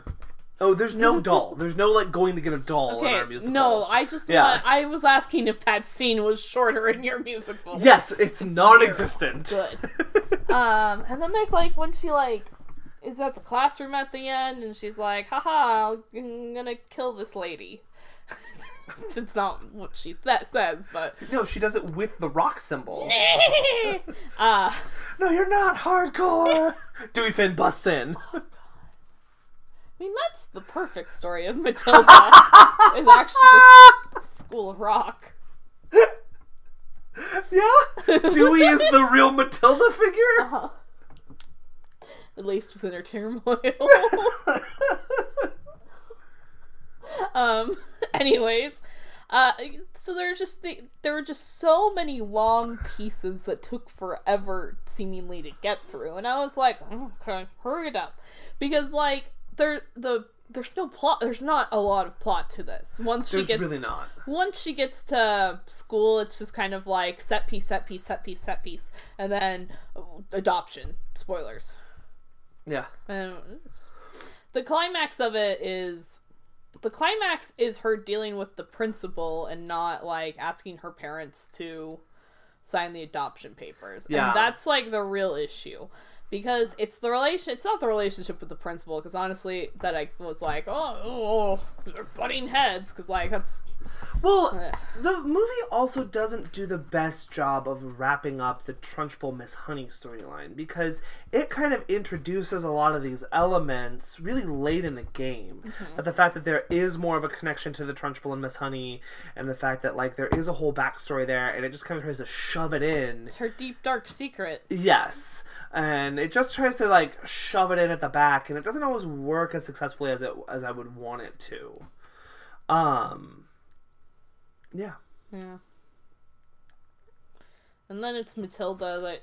[SPEAKER 3] Oh, there's no doll. There's no like going to get a doll in our musical.
[SPEAKER 2] no, I just
[SPEAKER 3] Yeah.
[SPEAKER 2] want, I was asking if that scene was shorter in your musical.
[SPEAKER 3] Yes, it's non-existent.
[SPEAKER 2] Good. um, and then there's like when she like is at the classroom at the end, and she's like, "Haha, I'm gonna kill this lady." it's not what she that says, but
[SPEAKER 3] no, she does it with the rock symbol.
[SPEAKER 2] uh,
[SPEAKER 3] no, you're not hardcore. Dewey Finn busts in.
[SPEAKER 2] I mean that's the perfect story of Matilda. is actually just School of Rock.
[SPEAKER 3] yeah. Dewey is the real Matilda figure.
[SPEAKER 2] Huh. At least within her turmoil. um. Anyways, uh, so there were just the, there were just so many long pieces that took forever, seemingly, to get through, and I was like, okay, hurry it up, because like there the there's no plot. There's not a lot of plot to this. Once
[SPEAKER 3] There's
[SPEAKER 2] she gets
[SPEAKER 3] really not.
[SPEAKER 2] once she gets to school, it's just kind of like set piece, set piece, set piece, set piece, and then oh, adoption. Spoilers.
[SPEAKER 3] Yeah.
[SPEAKER 2] And it's- the climax of it is the climax is her dealing with the principal and not like asking her parents to sign the adoption papers.
[SPEAKER 3] Yeah.
[SPEAKER 2] And that's like the real issue. Because it's the relation it's not the relationship with the principal because honestly that I was like, "Oh, oh, they're butting oh, heads" cuz like that's
[SPEAKER 3] Well,
[SPEAKER 2] Ugh.
[SPEAKER 3] the movie also doesn't do the best job of wrapping up the Trunchbull Miss Honey storyline because it kind of introduces a lot of these elements really late in the game. But the fact that there is more of a connection to the Trunchbull and Miss Honey, and the fact that like there is a whole backstory there, and it just kind of tries to shove it in.
[SPEAKER 2] It's her deep dark secret.
[SPEAKER 3] Yes. And it just tries to like shove it in at the back, and it doesn't always work as successfully as it as I would want it to. Um. Yeah.
[SPEAKER 2] Yeah. And then it's Matilda that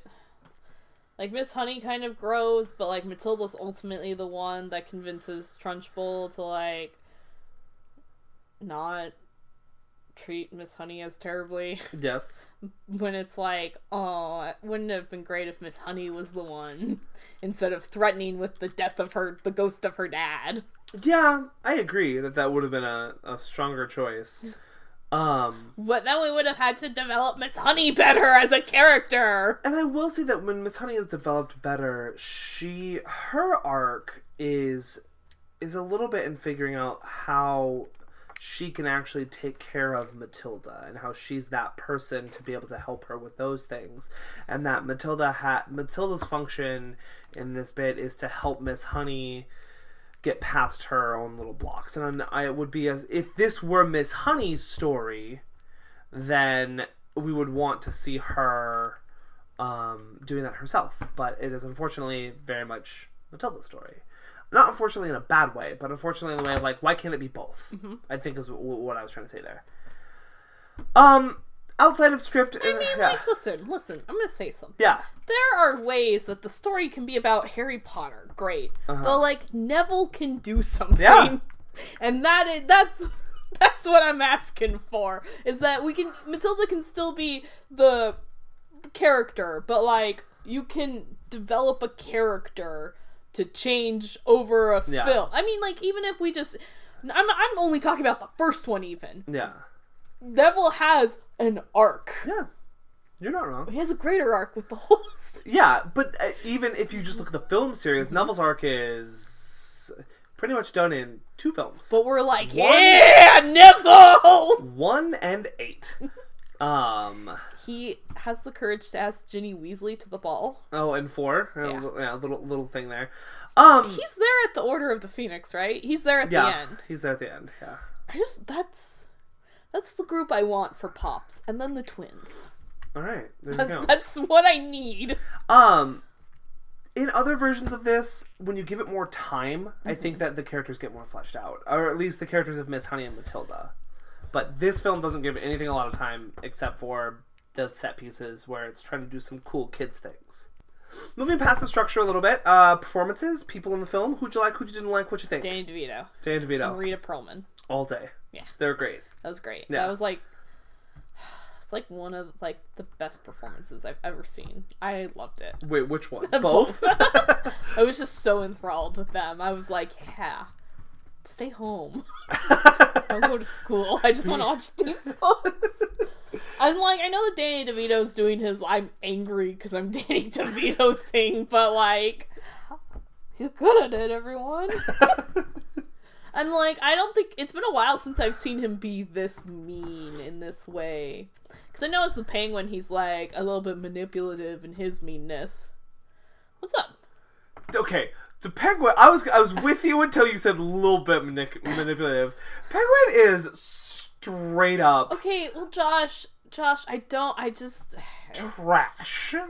[SPEAKER 2] like Miss Honey kind of grows, but like Matilda's ultimately the one that convinces Trunchbull to like not treat Miss Honey as terribly
[SPEAKER 3] Yes.
[SPEAKER 2] when it's like, oh, it wouldn't have been great if Miss Honey was the one instead of threatening with the death of her the ghost of her dad.
[SPEAKER 3] Yeah, I agree that that would have been a, a stronger choice. Um,
[SPEAKER 2] But then we would have had to develop Miss Honey better as a character.
[SPEAKER 3] and I will say that when Miss Honey is developed better, she her arc is is a little bit in figuring out how she can actually take care of Matilda and how she's that person to be able to help her with those things, and that Matilda ha- Matilda's function in this bit is to help Miss Honey get past her own little blocks. And I it would be as if this were Miss Honey's story, then we would want to see her um, doing that herself. But it is unfortunately very much Matilda's story. Not unfortunately in a bad way, but unfortunately in the way of like, why can't it be both?
[SPEAKER 2] Mm-hmm.
[SPEAKER 3] I think is w- what I was trying to say there. Um, outside of script, uh,
[SPEAKER 2] I mean,
[SPEAKER 3] yeah,
[SPEAKER 2] like, listen, listen, I'm gonna say something.
[SPEAKER 3] yeah,
[SPEAKER 2] There are ways that the story can be about Harry Potter, great, but like Neville can do something,
[SPEAKER 3] Uh-huh. Yeah.
[SPEAKER 2] and that is that's that's what I'm asking for. Is that we can Matilda can still be the character, but like you can develop a character to change over a
[SPEAKER 3] Yeah.
[SPEAKER 2] film. I mean, like even if we just. I'm, I'm only talking about the first one, even.
[SPEAKER 3] yeah,
[SPEAKER 2] Neville has an arc.
[SPEAKER 3] yeah. You're not wrong.
[SPEAKER 2] He has a greater arc with the whole st-
[SPEAKER 3] Yeah, but uh, even if you just look at the film
[SPEAKER 2] Mm-hmm.
[SPEAKER 3] series, Neville's arc is pretty much done in two films.
[SPEAKER 2] But we're like, yeah, Neville!
[SPEAKER 3] one and eight. um.
[SPEAKER 2] He has the courage to ask Ginny Weasley to the ball.
[SPEAKER 3] Oh, and four. Yeah,
[SPEAKER 2] Yeah.
[SPEAKER 3] yeah little little thing there. Um.
[SPEAKER 2] He's there at the Order of the Phoenix, right? He's there at the
[SPEAKER 3] yeah,
[SPEAKER 2] end.
[SPEAKER 3] he's there at the end. Yeah.
[SPEAKER 2] I just, that's. That's the group I want for Pops, and then the twins.
[SPEAKER 3] All right. There you go.
[SPEAKER 2] That's what I need.
[SPEAKER 3] Um, in other versions of this, when you give it more time, I think that the characters get more fleshed out, or at least the characters of Miss Honey and Matilda. But this film doesn't give anything a lot of time except for the set pieces where it's trying to do some cool kids things. Moving past the structure a little bit, uh, performances, people in the film, who'd you like, who'd you didn't like, what'd you think?
[SPEAKER 2] Danny DeVito,
[SPEAKER 3] Dan DeVito,
[SPEAKER 2] Rita Perlman.
[SPEAKER 3] all day.
[SPEAKER 2] Yeah.
[SPEAKER 3] they're great.
[SPEAKER 2] That was great.
[SPEAKER 3] Yeah.
[SPEAKER 2] That was like. It's like one of like the best performances I've ever seen. I loved it.
[SPEAKER 3] Wait, which one? Both.
[SPEAKER 2] I was just so enthralled with them. I was like, yeah, stay home. Don't go to school. I just want to watch these folks. I'm like, I know that Danny DeVito's doing his I'm angry because I'm Danny DeVito thing, but like, he's good at it, everyone. And like, I don't think it's been a while since I've seen him be this mean in this way. Because I know as the penguin, he's like a little bit manipulative in his meanness. What's up?
[SPEAKER 3] okay. So Penguin, I was I was with you until you said a little bit manip- manipulative. Penguin is straight up
[SPEAKER 2] Okay, well, Josh, Josh, I don't, I just.
[SPEAKER 3] trash.
[SPEAKER 2] He's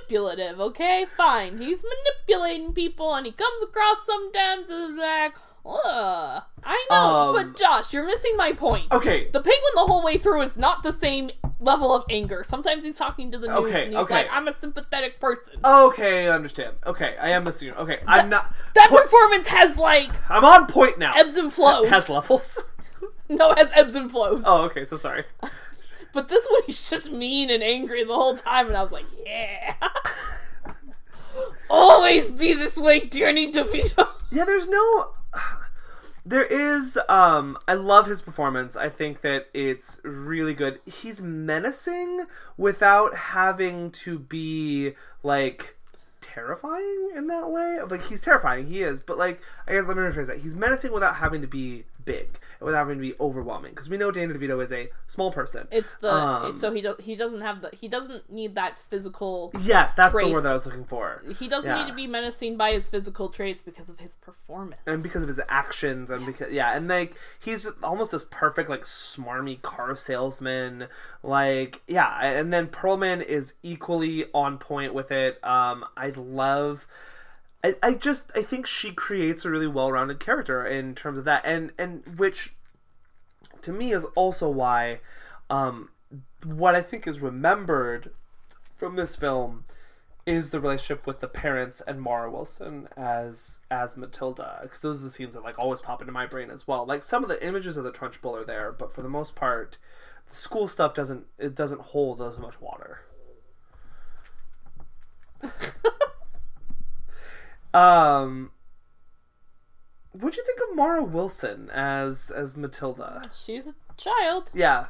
[SPEAKER 2] manipulative, okay? Fine. He's manipulating people and he comes across sometimes as like, ugh. I
[SPEAKER 3] Um,
[SPEAKER 2] know, but Josh, you're missing my point.
[SPEAKER 3] Okay,
[SPEAKER 2] The penguin the whole way through is not the same level of anger. Sometimes he's talking to the news
[SPEAKER 3] Okay,
[SPEAKER 2] and he's
[SPEAKER 3] okay. Uh,
[SPEAKER 2] like, I'm a sympathetic person.
[SPEAKER 3] okay, I understand. Okay, I am missing. Okay, I'm not.
[SPEAKER 2] that
[SPEAKER 3] po-
[SPEAKER 2] performance has like
[SPEAKER 3] I'm on point now.
[SPEAKER 2] ebbs and flows.
[SPEAKER 3] Has levels.
[SPEAKER 2] no, it has ebbs and flows.
[SPEAKER 3] Oh, okay. So sorry.
[SPEAKER 2] But this one, he's just mean and angry the whole time, and I was like, yeah. Always be this way, Danny DeVito.
[SPEAKER 3] Yeah, there's no. There is. Um, I love his performance. I think that it's really good. He's menacing without having to be like terrifying in that way. Like he's terrifying. He is, but like I guess let me rephrase that. He's menacing without having to be big without having to be overwhelming because we know Danny DeVito is a small person.
[SPEAKER 2] It's the
[SPEAKER 3] Um,
[SPEAKER 2] so he does he doesn't have the he doesn't need that physical.
[SPEAKER 3] yes, that's the
[SPEAKER 2] traits.
[SPEAKER 3] word that I was looking for,
[SPEAKER 2] He doesn't
[SPEAKER 3] Yeah.
[SPEAKER 2] need to be menacing by his physical traits because of his performance.
[SPEAKER 3] and because of his actions, and because yeah, and like he's almost this perfect like smarmy car salesman, like yeah, and then Perlman is equally on point with it. Um, I love. I, I just I think she creates a really well-rounded character in terms of that, and and which to me is also why um, what I think is remembered from this film is the relationship with the parents and Mara Wilson as as Matilda because those are the scenes that like always pop into my brain as well. Like some of the images of the Trunchbull are there, but for the most part, the school stuff doesn't it doesn't hold as much water. um, what'd you think of Mara Wilson as as Matilda?
[SPEAKER 2] she's a child.
[SPEAKER 3] Yeah.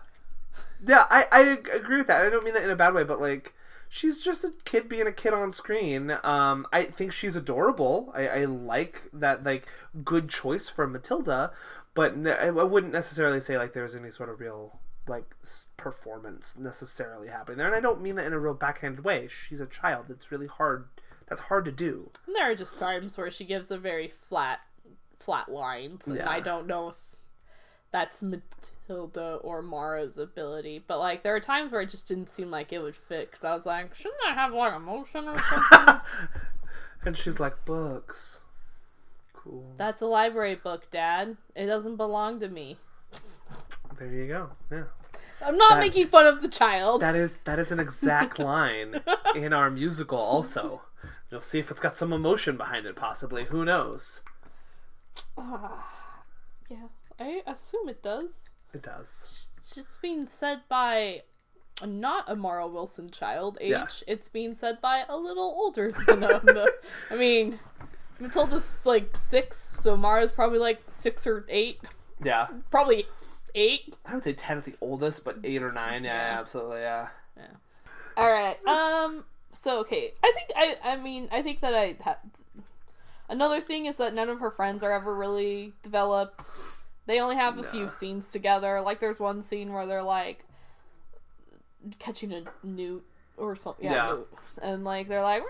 [SPEAKER 3] Yeah, I, I ag- agree with that. I don't mean that in a bad way, but like she's just a kid being a kid on screen. Um I think she's adorable. I, I like that like good choice for Matilda, but n- I I wouldn't necessarily say like there's any sort of real like s- performance necessarily happening there. And I don't mean that in a real backhanded way. She's a child. It's really hard. That's hard to do.
[SPEAKER 2] And there are just times where she gives a very flat, flat lines, and
[SPEAKER 3] Yeah.
[SPEAKER 2] I don't know if that's Matilda or Mara's ability. But like, there are times where it just didn't seem like it would fit. Because I was like, shouldn't I have like emotion or something?
[SPEAKER 3] And she's like books. Cool.
[SPEAKER 2] that's a library book, Dad. It doesn't belong to me.
[SPEAKER 3] There you go. Yeah.
[SPEAKER 2] I'm not
[SPEAKER 3] That-
[SPEAKER 2] making fun of the child.
[SPEAKER 3] That is that is an exact line in our musical. Also, you'll see if it's got some emotion behind it. Possibly, who knows?
[SPEAKER 2] yeah, I assume it does.
[SPEAKER 3] It does.
[SPEAKER 2] It's being said by not a Mara Wilson child age.
[SPEAKER 3] Yeah.
[SPEAKER 2] It's being said by a little older than a, I mean, Matilda's like six, so Mara's probably like six or eight,
[SPEAKER 3] Yeah,
[SPEAKER 2] probably eight.
[SPEAKER 3] I would say ten at the oldest, but eight or nine. Yeah,
[SPEAKER 2] Yeah.
[SPEAKER 3] absolutely. Yeah.
[SPEAKER 2] All right. Um. So okay, I think I. I mean, I think that I. Ha- Another thing is that none of her friends are ever really developed. They only have a
[SPEAKER 3] No.
[SPEAKER 2] few scenes together. Like there's one scene where they're like catching a newt or something. Yeah.
[SPEAKER 3] Yeah.
[SPEAKER 2] newt. And like they're like,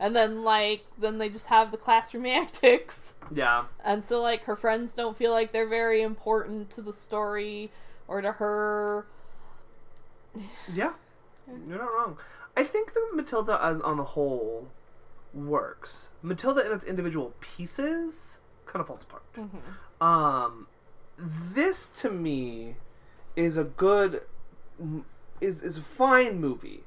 [SPEAKER 2] and then like then they just have the classroom antics.
[SPEAKER 3] Yeah.
[SPEAKER 2] And so, like, her friends don't feel like they're very important to the story or to her.
[SPEAKER 3] Yeah. You're not wrong. I think that Matilda, as on the whole, works. Matilda in its individual pieces kind of falls apart. Um, this to me is a good is is a fine movie.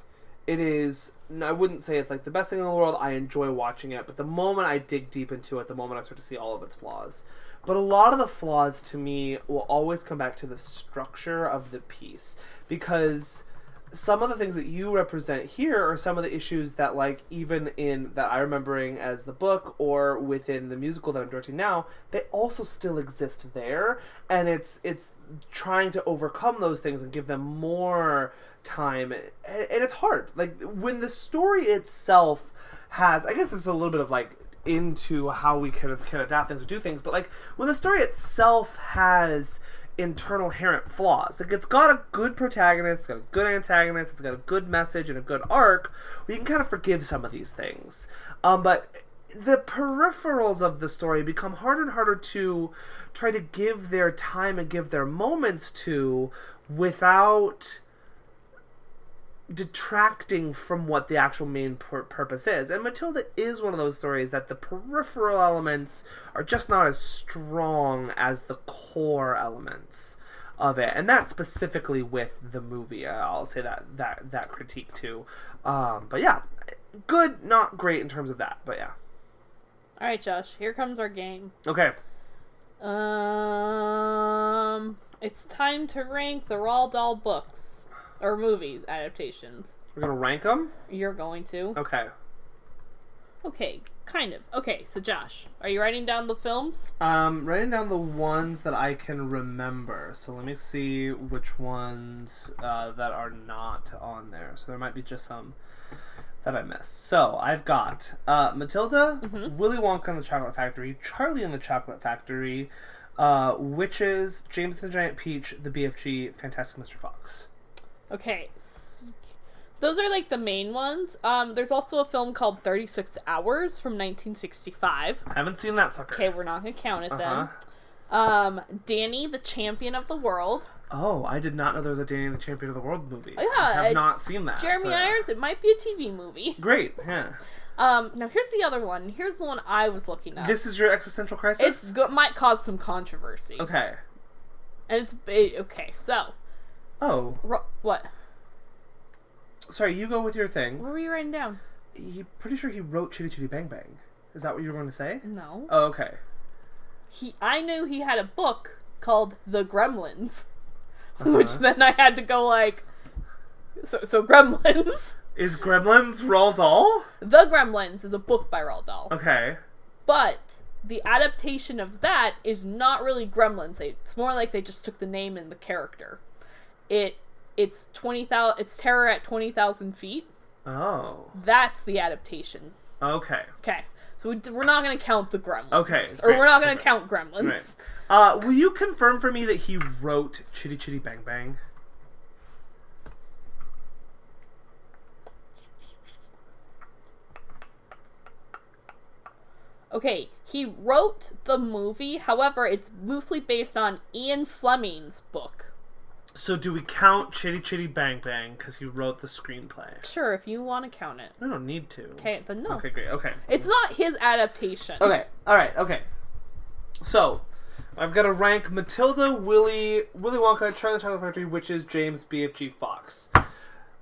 [SPEAKER 3] It is. I wouldn't say it's like the best thing in the world. I enjoy watching it, but the moment I dig deep into it, the moment I start to see all of its flaws. But a lot of the flaws to me will always come back to the structure of the piece because some of the things that you represent here are some of the issues that like even in that i remembering as the book or within the musical that i'm directing now they also still exist there and it's it's trying to overcome those things and give them more time and, and it's hard like when the story itself has i guess it's a little bit of like into how we can, can adapt things or do things but like when the story itself has internal inherent flaws. Like it's got a good protagonist, it's got a good antagonist, it's got a good message and a good arc. We can kind of forgive some of these things, um, but the peripherals of the story become harder and harder to try to give their time and give their moments to without detracting from what the actual main pur- purpose is. And Matilda is one of those stories that the peripheral elements are just not as strong as the core elements of it. And that's specifically with the movie. Uh, I'll say that that that critique too. Um, but yeah, good, not great in terms of that. But yeah,
[SPEAKER 2] All right, Josh, here comes our game.
[SPEAKER 3] okay.
[SPEAKER 2] Um, it's time to rank the Roald Dahl books or movies adaptations.
[SPEAKER 3] We're gonna rank them.
[SPEAKER 2] You're going to.
[SPEAKER 3] Okay.
[SPEAKER 2] Okay, kind of. Okay, so Josh, are you writing down the films?
[SPEAKER 3] Um, writing down the ones that I can remember. So let me see which ones uh, that are not on there. So there might be just some that I missed. So I've
[SPEAKER 2] Mm-hmm.
[SPEAKER 3] got uh, Matilda, Willy Wonka and the Chocolate Factory, Charlie and the Chocolate Factory, uh, Witches, James and the Giant Peach, The BFG, Fantastic Mr. Fox.
[SPEAKER 2] Okay. s- Those are like the main ones. Um, there's also a film called 36 Hours from 1965.
[SPEAKER 3] I haven't seen that sucker.
[SPEAKER 2] Okay, we're not going to count it
[SPEAKER 3] Uh-huh.
[SPEAKER 2] then. Um, Danny, the champion of the world.
[SPEAKER 3] Oh, I did not know there was a Danny the Champion of the World movie.
[SPEAKER 2] Oh, Yeah,
[SPEAKER 3] I have not
[SPEAKER 2] it's
[SPEAKER 3] seen that.
[SPEAKER 2] Jeremy
[SPEAKER 3] so-
[SPEAKER 2] Irons. It might be a TV movie.
[SPEAKER 3] Great. Yeah.
[SPEAKER 2] Um, now here's the other one. Here's the one I was looking at.
[SPEAKER 3] This is your existential crisis.
[SPEAKER 2] it's go- might cause some controversy.
[SPEAKER 3] okay.
[SPEAKER 2] And it's ba- okay. So
[SPEAKER 3] Oh,
[SPEAKER 2] ro- what?
[SPEAKER 3] sorry. You go with your thing.
[SPEAKER 2] What were you writing down?
[SPEAKER 3] He pretty sure he wrote Chitty Chitty Bang Bang. Is that what you were going to say?
[SPEAKER 2] No.
[SPEAKER 3] Oh, okay.
[SPEAKER 2] he I knew he had a book called The Gremlins,
[SPEAKER 3] Uh-huh.
[SPEAKER 2] which then I had to go like, so so Gremlins.
[SPEAKER 3] Is Gremlins Roald Dahl?
[SPEAKER 2] the Gremlins is a book by Roald Dahl,
[SPEAKER 3] Okay.
[SPEAKER 2] but the adaptation of that is not really Gremlins. They- It's more like they just took the name and the character. It it's twenty thousand. It's Terror at twenty thousand feet.
[SPEAKER 3] Oh.
[SPEAKER 2] That's the adaptation.
[SPEAKER 3] Okay.
[SPEAKER 2] Okay. So we d- we're not going to count the gremlins.
[SPEAKER 3] Okay,
[SPEAKER 2] Or
[SPEAKER 3] great,
[SPEAKER 2] we're not going to
[SPEAKER 3] perfect.
[SPEAKER 2] count gremlins.
[SPEAKER 3] Right. Uh, will you confirm for me that he wrote Chitty Chitty Bang Bang?
[SPEAKER 2] Okay, he wrote the movie. However, it's loosely based on Ian Fleming's book.
[SPEAKER 3] So do we count Chitty Chitty Bang Bang because he wrote the screenplay?
[SPEAKER 2] Sure, if you want to count it.
[SPEAKER 3] I don't need to.
[SPEAKER 2] Okay, then no.
[SPEAKER 3] Okay. Great. Okay.
[SPEAKER 2] It's not his adaptation.
[SPEAKER 3] Okay. All right. Okay. So, I've got to rank Matilda, Willy, Willy Wonka, Charlie and the Chocolate Factory, which is James BFG Fox.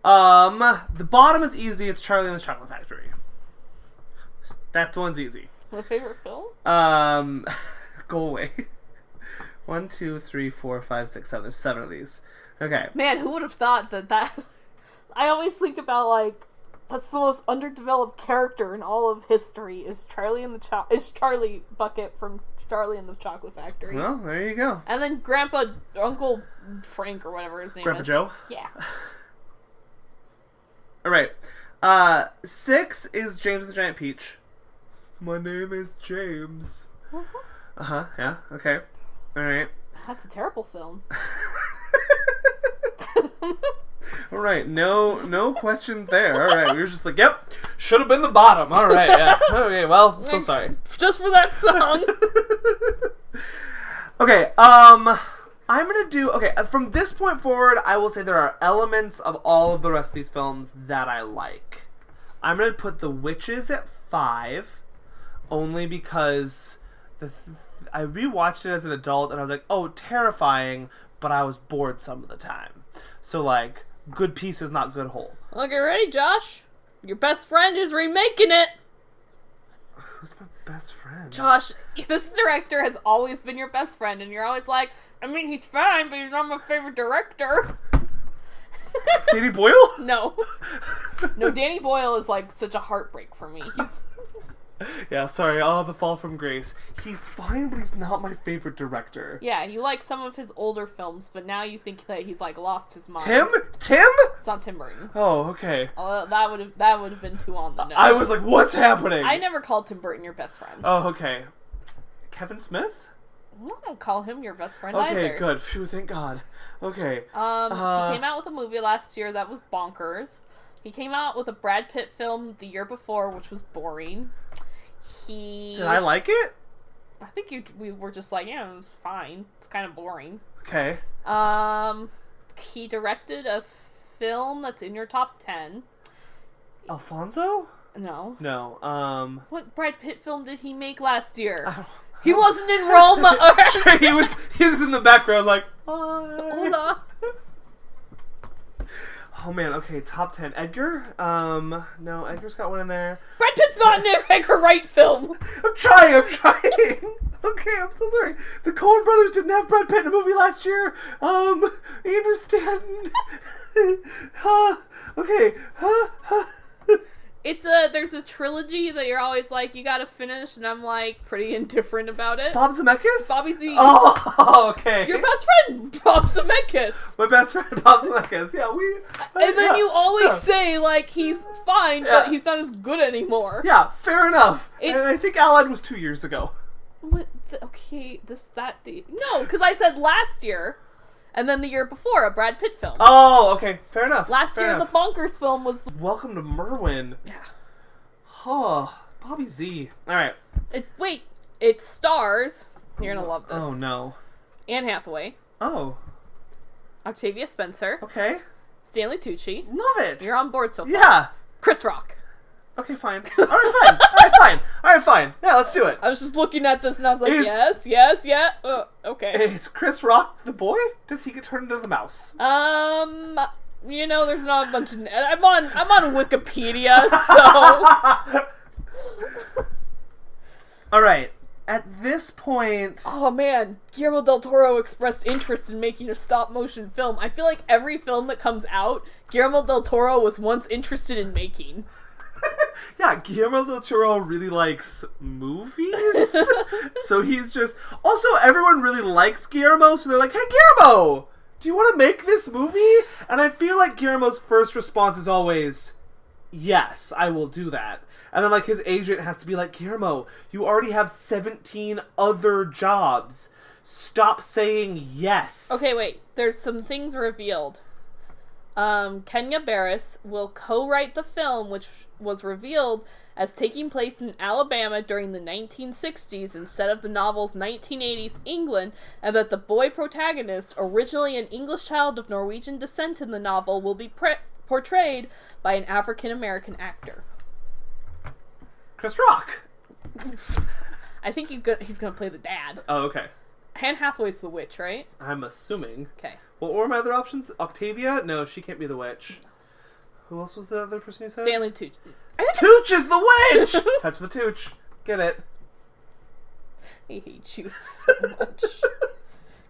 [SPEAKER 3] Um, the bottom is easy. It's Charlie and the Chocolate Factory. That one's easy.
[SPEAKER 2] My favorite film?
[SPEAKER 3] Um, go away. One, two, three, four, five, six, seven. There's seven of these. Okay.
[SPEAKER 2] Man, who would have thought that that. I always think about, like, that's the most underdeveloped character in all of history is Charlie in the Cho- is Charlie Bucket from Charlie and the Chocolate Factory.
[SPEAKER 3] Well, there you go.
[SPEAKER 2] And then Grandpa, Uncle Frank, or whatever his name
[SPEAKER 3] Grandpa
[SPEAKER 2] is.
[SPEAKER 3] Joe.
[SPEAKER 2] Yeah.
[SPEAKER 3] All right. Uh, six is James the Giant Peach. My name is James. Uh huh. Yeah. Okay. All right.
[SPEAKER 2] That's a terrible film.
[SPEAKER 3] All right. No. No questions there. All right. We were just like, yep. Should have been the bottom. All right. Yeah. Okay. Well, so sorry.
[SPEAKER 2] Just for that song.
[SPEAKER 3] Okay, um I'm gonna do okay, uh, from this point forward I will say there are elements of all of the rest of these films that I like. I'm gonna put the witches at five only because the th- I rewatched it as an adult and I was like, oh terrifying, but I was bored some of the time. So like good piece is not good whole.
[SPEAKER 2] Okay, ready, Josh? Your best friend is remaking it.
[SPEAKER 3] Who's my best friend?
[SPEAKER 2] Josh, this director has always been your best friend, and you're always like, I mean, he's fine, but he's not my favorite director.
[SPEAKER 3] Danny Boyle?
[SPEAKER 2] No. No, Danny Boyle is like such a heartbreak for me. He's
[SPEAKER 3] Yeah, sorry. Oh, The Fall from Grace. He's fine, but he's not my favorite director.
[SPEAKER 2] yeah, you like some of his older films, but now you think that he's like lost his mind.
[SPEAKER 3] Tim? Tim?
[SPEAKER 2] It's not Tim Burton.
[SPEAKER 3] Oh, okay.
[SPEAKER 2] Although Uh, that would have that would have been too on the nose.
[SPEAKER 3] I was like, what's happening?
[SPEAKER 2] I never called Tim Burton your best friend.
[SPEAKER 3] Oh, okay. Kevin Smith?
[SPEAKER 2] I don't call him your best friend either.
[SPEAKER 3] Okay, good. Phew, thank God. Okay.
[SPEAKER 2] Um,
[SPEAKER 3] Uh,
[SPEAKER 2] he came out with a movie last year that was bonkers. He came out with a Brad Pitt film the year before, which was boring. He,
[SPEAKER 3] Did I like it?
[SPEAKER 2] I think you we were just like, yeah, it was fine. It's kind of boring.
[SPEAKER 3] Okay.
[SPEAKER 2] Um, he directed a film that's in your top ten.
[SPEAKER 3] Alfonso?
[SPEAKER 2] No,
[SPEAKER 3] No. Um.
[SPEAKER 2] what Brad Pitt film did he make last year?
[SPEAKER 3] I
[SPEAKER 2] He wasn't in Roma.
[SPEAKER 3] don't- he was he was in the background like. "Hi."
[SPEAKER 2] Hola.
[SPEAKER 3] Oh man. Okay. Top ten. Edgar. Um. No. Edgar's got one in there.
[SPEAKER 2] Brad Pitt's not in an Edgar Wright film.
[SPEAKER 3] I'm trying, I'm trying. Okay, I'm so sorry. The Coen brothers didn't have Brad Pitt in a movie last year. Um, Andrew Stanton. huh, okay. Huh, huh.
[SPEAKER 2] It's a there's a trilogy that you're always like you gotta finish, and I'm like pretty indifferent about it.
[SPEAKER 3] Bob Zemeckis?
[SPEAKER 2] Bobby Z.
[SPEAKER 3] Oh, okay.
[SPEAKER 2] Your best friend, Bob Zemeckis.
[SPEAKER 3] My best friend, Bob Zemeckis. Yeah, we. uh,
[SPEAKER 2] And then
[SPEAKER 3] yeah,
[SPEAKER 2] you always
[SPEAKER 3] yeah.
[SPEAKER 2] say, like, he's fine,
[SPEAKER 3] Yeah.
[SPEAKER 2] but he's not as good anymore.
[SPEAKER 3] Yeah, fair enough.
[SPEAKER 2] It-
[SPEAKER 3] and I think Allied was two years ago.
[SPEAKER 2] What? th- okay, this, that, the. No, because I said last year, and then the year before, a Brad Pitt film.
[SPEAKER 3] Oh, okay, fair enough.
[SPEAKER 2] last
[SPEAKER 3] fair
[SPEAKER 2] year,
[SPEAKER 3] enough.
[SPEAKER 2] the Bonkers film was.
[SPEAKER 3] Welcome to Merwin.
[SPEAKER 2] Yeah.
[SPEAKER 3] Huh. Bobby Z. All right.
[SPEAKER 2] It, wait, it stars. You're gonna love this.
[SPEAKER 3] Oh no.
[SPEAKER 2] Anne Hathaway,
[SPEAKER 3] Oh.
[SPEAKER 2] Octavia Spencer,
[SPEAKER 3] Okay.
[SPEAKER 2] Stanley Tucci.
[SPEAKER 3] Love it.
[SPEAKER 2] You're on board so far.
[SPEAKER 3] Oh. yeah.
[SPEAKER 2] Chris Rock.
[SPEAKER 3] Okay, fine. All right, fine. All right, fine. All right, fine. Yeah, let's do it.
[SPEAKER 2] I was just looking at this and I was like,
[SPEAKER 3] Is-
[SPEAKER 2] yes, yes, yeah. Uh, okay.
[SPEAKER 3] Is Chris Rock the boy? Does he get turned into the mouse?
[SPEAKER 2] Um, you know, there's not a bunch of. I'm on. I'm on Wikipedia, so
[SPEAKER 3] All right. At this point,
[SPEAKER 2] oh man, Guillermo del Toro expressed interest in making a stop motion film. I feel like every film that comes out, Guillermo del Toro was once interested in making.
[SPEAKER 3] yeah, Guillermo del Toro really likes movies, so he's just. Also, everyone really likes Guillermo, so they're like, "Hey, Guillermo, do you want to make this movie?" And I feel like Guillermo's first response is always, "Yes, I will do that." And then, like, his agent has to be like, "Guillermo, you already have seventeen other jobs. Stop saying yes."
[SPEAKER 2] Okay, wait. There's some things revealed. Um, Kenya Barris will co-write the film, which was revealed as taking place in Alabama during the 1960s instead of the novel's 1980s England, and that the boy protagonist, originally an English child of Norwegian descent in the novel, will be pre- portrayed by an African American actor.
[SPEAKER 3] Chris Rock.
[SPEAKER 2] I think he's gonna, he's gonna play the dad.
[SPEAKER 3] Oh, okay.
[SPEAKER 2] Anne Hathaway's the witch, right?
[SPEAKER 3] I'm assuming.
[SPEAKER 2] Okay.
[SPEAKER 3] What were my other options? Octavia? No, she can't be the witch. Who else was the other person you said?
[SPEAKER 2] Stanley Tucci. I think it's-
[SPEAKER 3] Tooch is the witch! Touch the Tooch. Get it.
[SPEAKER 2] I hate you so much.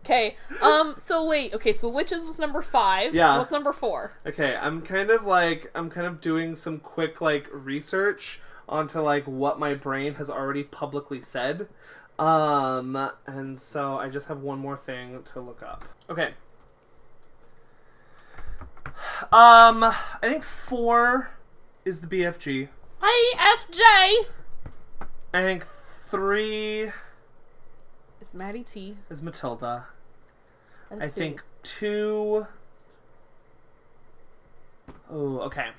[SPEAKER 2] Okay. Um. So wait. Okay. So witches was number five.
[SPEAKER 3] Yeah.
[SPEAKER 2] What's number four?
[SPEAKER 3] Okay, I'm kind of like, I'm kind of doing some quick, like, research onto, like, what my brain has already publicly said. Um, and so I just have one more thing to look up. Okay. Um, I think four is the BFG.
[SPEAKER 2] E IFJ
[SPEAKER 3] I think three
[SPEAKER 2] is Maddie T.
[SPEAKER 3] is Matilda.
[SPEAKER 2] and
[SPEAKER 3] I think two. Oh, okay.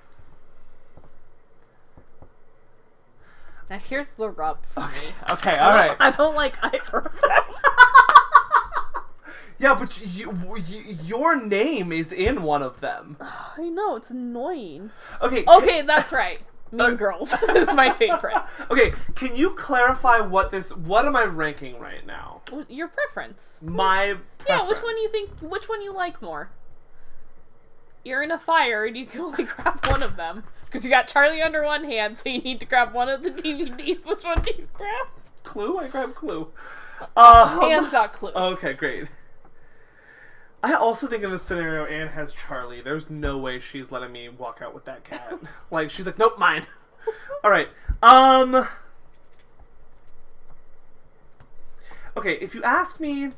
[SPEAKER 2] Now here's the rub for me.
[SPEAKER 3] Okay, all right.
[SPEAKER 2] I don't like either. of them.
[SPEAKER 3] Yeah, but you, you, your name is in one of them.
[SPEAKER 2] I know it's annoying.
[SPEAKER 3] Okay. can-
[SPEAKER 2] Okay, that's right. Mean Girls is my favorite.
[SPEAKER 3] okay, can you clarify what this? What am I ranking right now?
[SPEAKER 2] Your preference.
[SPEAKER 3] My
[SPEAKER 2] Yeah. Which one do you
[SPEAKER 3] preference.
[SPEAKER 2] think? Which one you like more? You're in a fire and you can only grab one of them because you got Charlie under one hand, so you need to grab one of the DVDs. Which one do you grab?
[SPEAKER 3] Clue. I grabbed Clue. Um,
[SPEAKER 2] Anne's got clue.
[SPEAKER 3] Okay, great. I also think in this scenario, Anne has Charlie. There's no way she's letting me walk out with that cat. like she's like, nope, mine. All right. Um. Okay, if you ask me,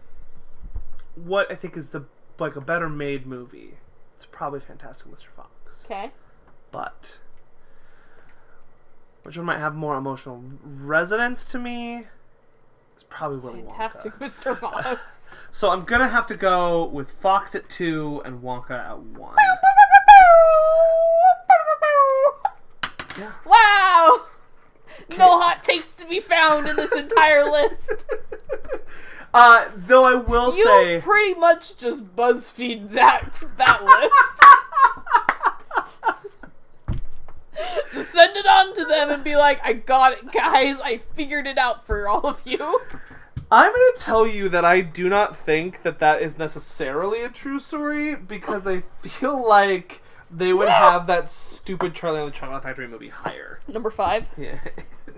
[SPEAKER 3] what I think is the like a better made movie, it's probably Fantastic Mr. Fox.
[SPEAKER 2] okay.
[SPEAKER 3] But which one might have more emotional resonance to me? It's probably Willy Wonka.
[SPEAKER 2] Fantastic Mr. Fox.
[SPEAKER 3] So I'm gonna have to go with Fox at two and Wonka at one. Yeah.
[SPEAKER 2] wow! No hot takes to be found in this entire list.
[SPEAKER 3] Uh, though I will
[SPEAKER 2] You
[SPEAKER 3] say,
[SPEAKER 2] pretty much just BuzzFeed that that list. just send it on to them and be like, "I got it, guys. I figured it out for all of you."
[SPEAKER 3] I'm gonna tell you that I do not think that that is necessarily a true story because I feel like they would have that stupid Charlie and the Chocolate Factory movie higher.
[SPEAKER 2] Number five.
[SPEAKER 3] Yeah.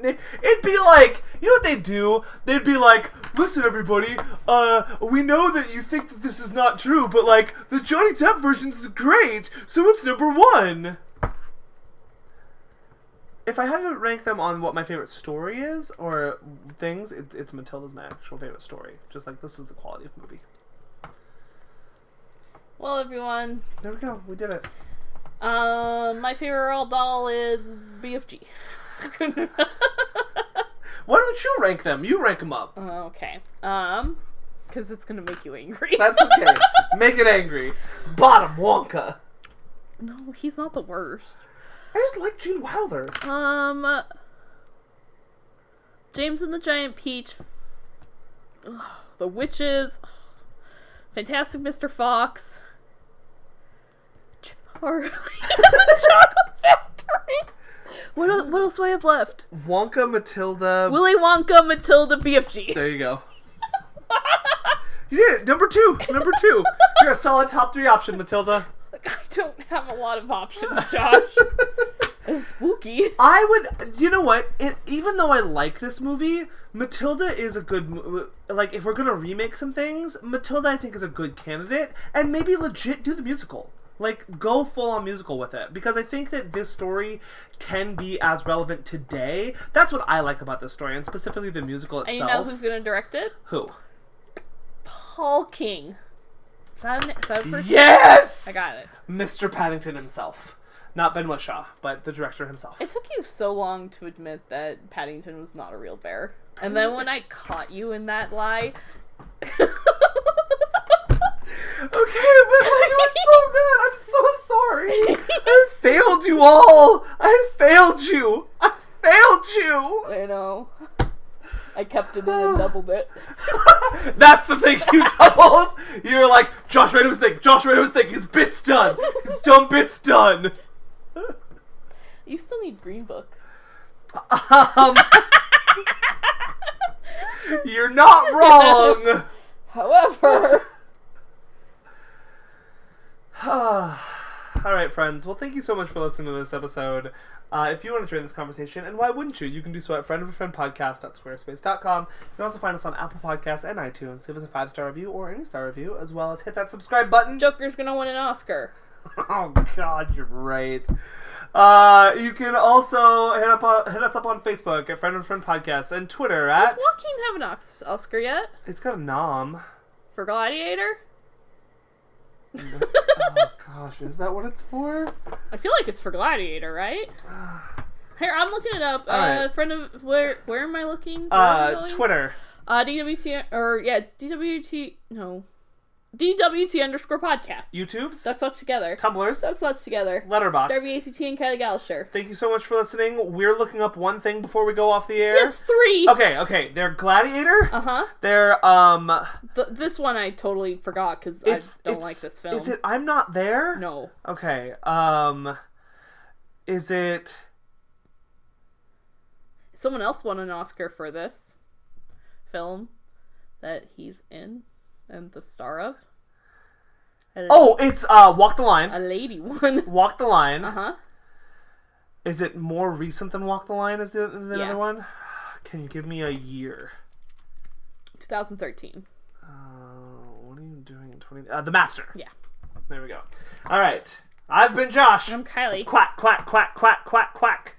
[SPEAKER 3] It'd be like, you know what they do? They'd be like, listen, everybody, uh, we know that you think that this is not true, but like, the Johnny Depp version's great, so it's number one. If I had to rank them on what my favorite story is or things, it, it's Matilda's my actual favorite story. Just like, this is the quality of movie.
[SPEAKER 2] Well, everyone,
[SPEAKER 3] There we go, we did it.
[SPEAKER 2] um, my favorite Earl doll is BFG.
[SPEAKER 3] Why don't you rank them? You rank them up.
[SPEAKER 2] Oh, Okay. Um, because it's gonna make you angry.
[SPEAKER 3] That's okay. Make it angry. Bottom Wonka.
[SPEAKER 2] no, he's not the worst.
[SPEAKER 3] I just like Gene Wilder.
[SPEAKER 2] Um, James and the Giant Peach, ugh, The Witches, Fantastic Mr. Fox, Charlie, the Chocolate Factory. What else, what else do I have left?
[SPEAKER 3] Wonka, Matilda.
[SPEAKER 2] Willy Wonka, Matilda, BFG.
[SPEAKER 3] there you go. You did it. Number two. Number two. You're a solid top three option, Matilda.
[SPEAKER 2] I don't have a lot of options, Josh. It's spooky.
[SPEAKER 3] I would, you know what? It, even though I like this movie, Matilda is a good mo- like. If we're gonna remake some things, Matilda I think is a good candidate, and maybe legit do the musical. Like go full on musical with it because I think that this story can be as relevant today. That's what I like about this story, and specifically the musical
[SPEAKER 2] And
[SPEAKER 3] itself.
[SPEAKER 2] you know who's gonna direct it?
[SPEAKER 3] Who?
[SPEAKER 2] Paul King. Is that, an, is that a person?
[SPEAKER 3] Yes,
[SPEAKER 2] I got it.
[SPEAKER 3] Mr. Paddington himself, not Benoit Shaw, but the director himself.
[SPEAKER 2] It took you so long to admit that Paddington was not a real bear. And then when I caught you in that lie.
[SPEAKER 3] Okay, but like it was so bad. I'm so sorry. I failed you all. I failed you. I failed you.
[SPEAKER 2] you know. I kept it in and doubled it.
[SPEAKER 3] That's the thing you told. You're like Josh made a mistake. Josh made a mistake. His bit's done. His dumb bit's done.
[SPEAKER 2] You still need Green Book.
[SPEAKER 3] Um, you're not wrong.
[SPEAKER 2] However,
[SPEAKER 3] Ah. All right, friends. Well, thank you so much for listening to this episode. Uh, if you want to join this conversation, and why wouldn't you? You can do so at friend of a friend podcast at squarespace.com. You can also find us on Apple Podcasts and iTunes. Leave us a five star review or any star review, as well as hit that subscribe button.
[SPEAKER 2] Joker's gonna win an Oscar.
[SPEAKER 3] Oh God, you're right. Uh, you can also hit up on, hit us up on Facebook at friend of a friend podcast and Twitter
[SPEAKER 2] Does
[SPEAKER 3] at
[SPEAKER 2] Joaquin have an Ox- Oscar yet?
[SPEAKER 3] it's got a nom.
[SPEAKER 2] For Gladiator?
[SPEAKER 3] oh gosh, is that what it's for?
[SPEAKER 2] I feel like it's for Gladiator, right? Here, I'm looking it up. Uh,
[SPEAKER 3] Alright.
[SPEAKER 2] friend of where? Where am I looking? Where am I
[SPEAKER 3] Uh,
[SPEAKER 2] going?
[SPEAKER 3] Twitter.
[SPEAKER 2] Uh, DWT or yeah, DWT no, DWT underscore podcast.
[SPEAKER 3] YouTube's,
[SPEAKER 2] Ducks Watch Together.
[SPEAKER 3] Tumblr's,
[SPEAKER 2] Ducks Watch Together.
[SPEAKER 3] Letterboxd.
[SPEAKER 2] Darby ACT and Kylie Gallisher.
[SPEAKER 3] Thank you so much for listening. We're looking up one thing before we go off the air.
[SPEAKER 2] There's three.
[SPEAKER 3] Okay, okay. They're Gladiator.
[SPEAKER 2] Uh huh.
[SPEAKER 3] They're um.
[SPEAKER 2] Th- this one I totally forgot because I
[SPEAKER 3] It's,
[SPEAKER 2] don't
[SPEAKER 3] it's-
[SPEAKER 2] like this film.
[SPEAKER 3] Is it I'm not there?
[SPEAKER 2] No.
[SPEAKER 3] Okay. Um. Is it?
[SPEAKER 2] Someone else won an Oscar for this film that he's in and the star of. And
[SPEAKER 3] Oh, it's uh. Walk the
[SPEAKER 2] a
[SPEAKER 3] line.
[SPEAKER 2] lady won.
[SPEAKER 3] Walk the line.
[SPEAKER 2] Uh huh.
[SPEAKER 3] Is it more recent than Walk the line? Is the, the
[SPEAKER 2] Yeah.
[SPEAKER 3] other one? Can you give me a year?
[SPEAKER 2] 2013.
[SPEAKER 3] Uh, what are you doing in twenty? Uh, the Master.
[SPEAKER 2] Yeah.
[SPEAKER 3] There we go. All right. I've been Josh.
[SPEAKER 2] I'm Kylie.
[SPEAKER 3] Quack quack quack quack quack quack.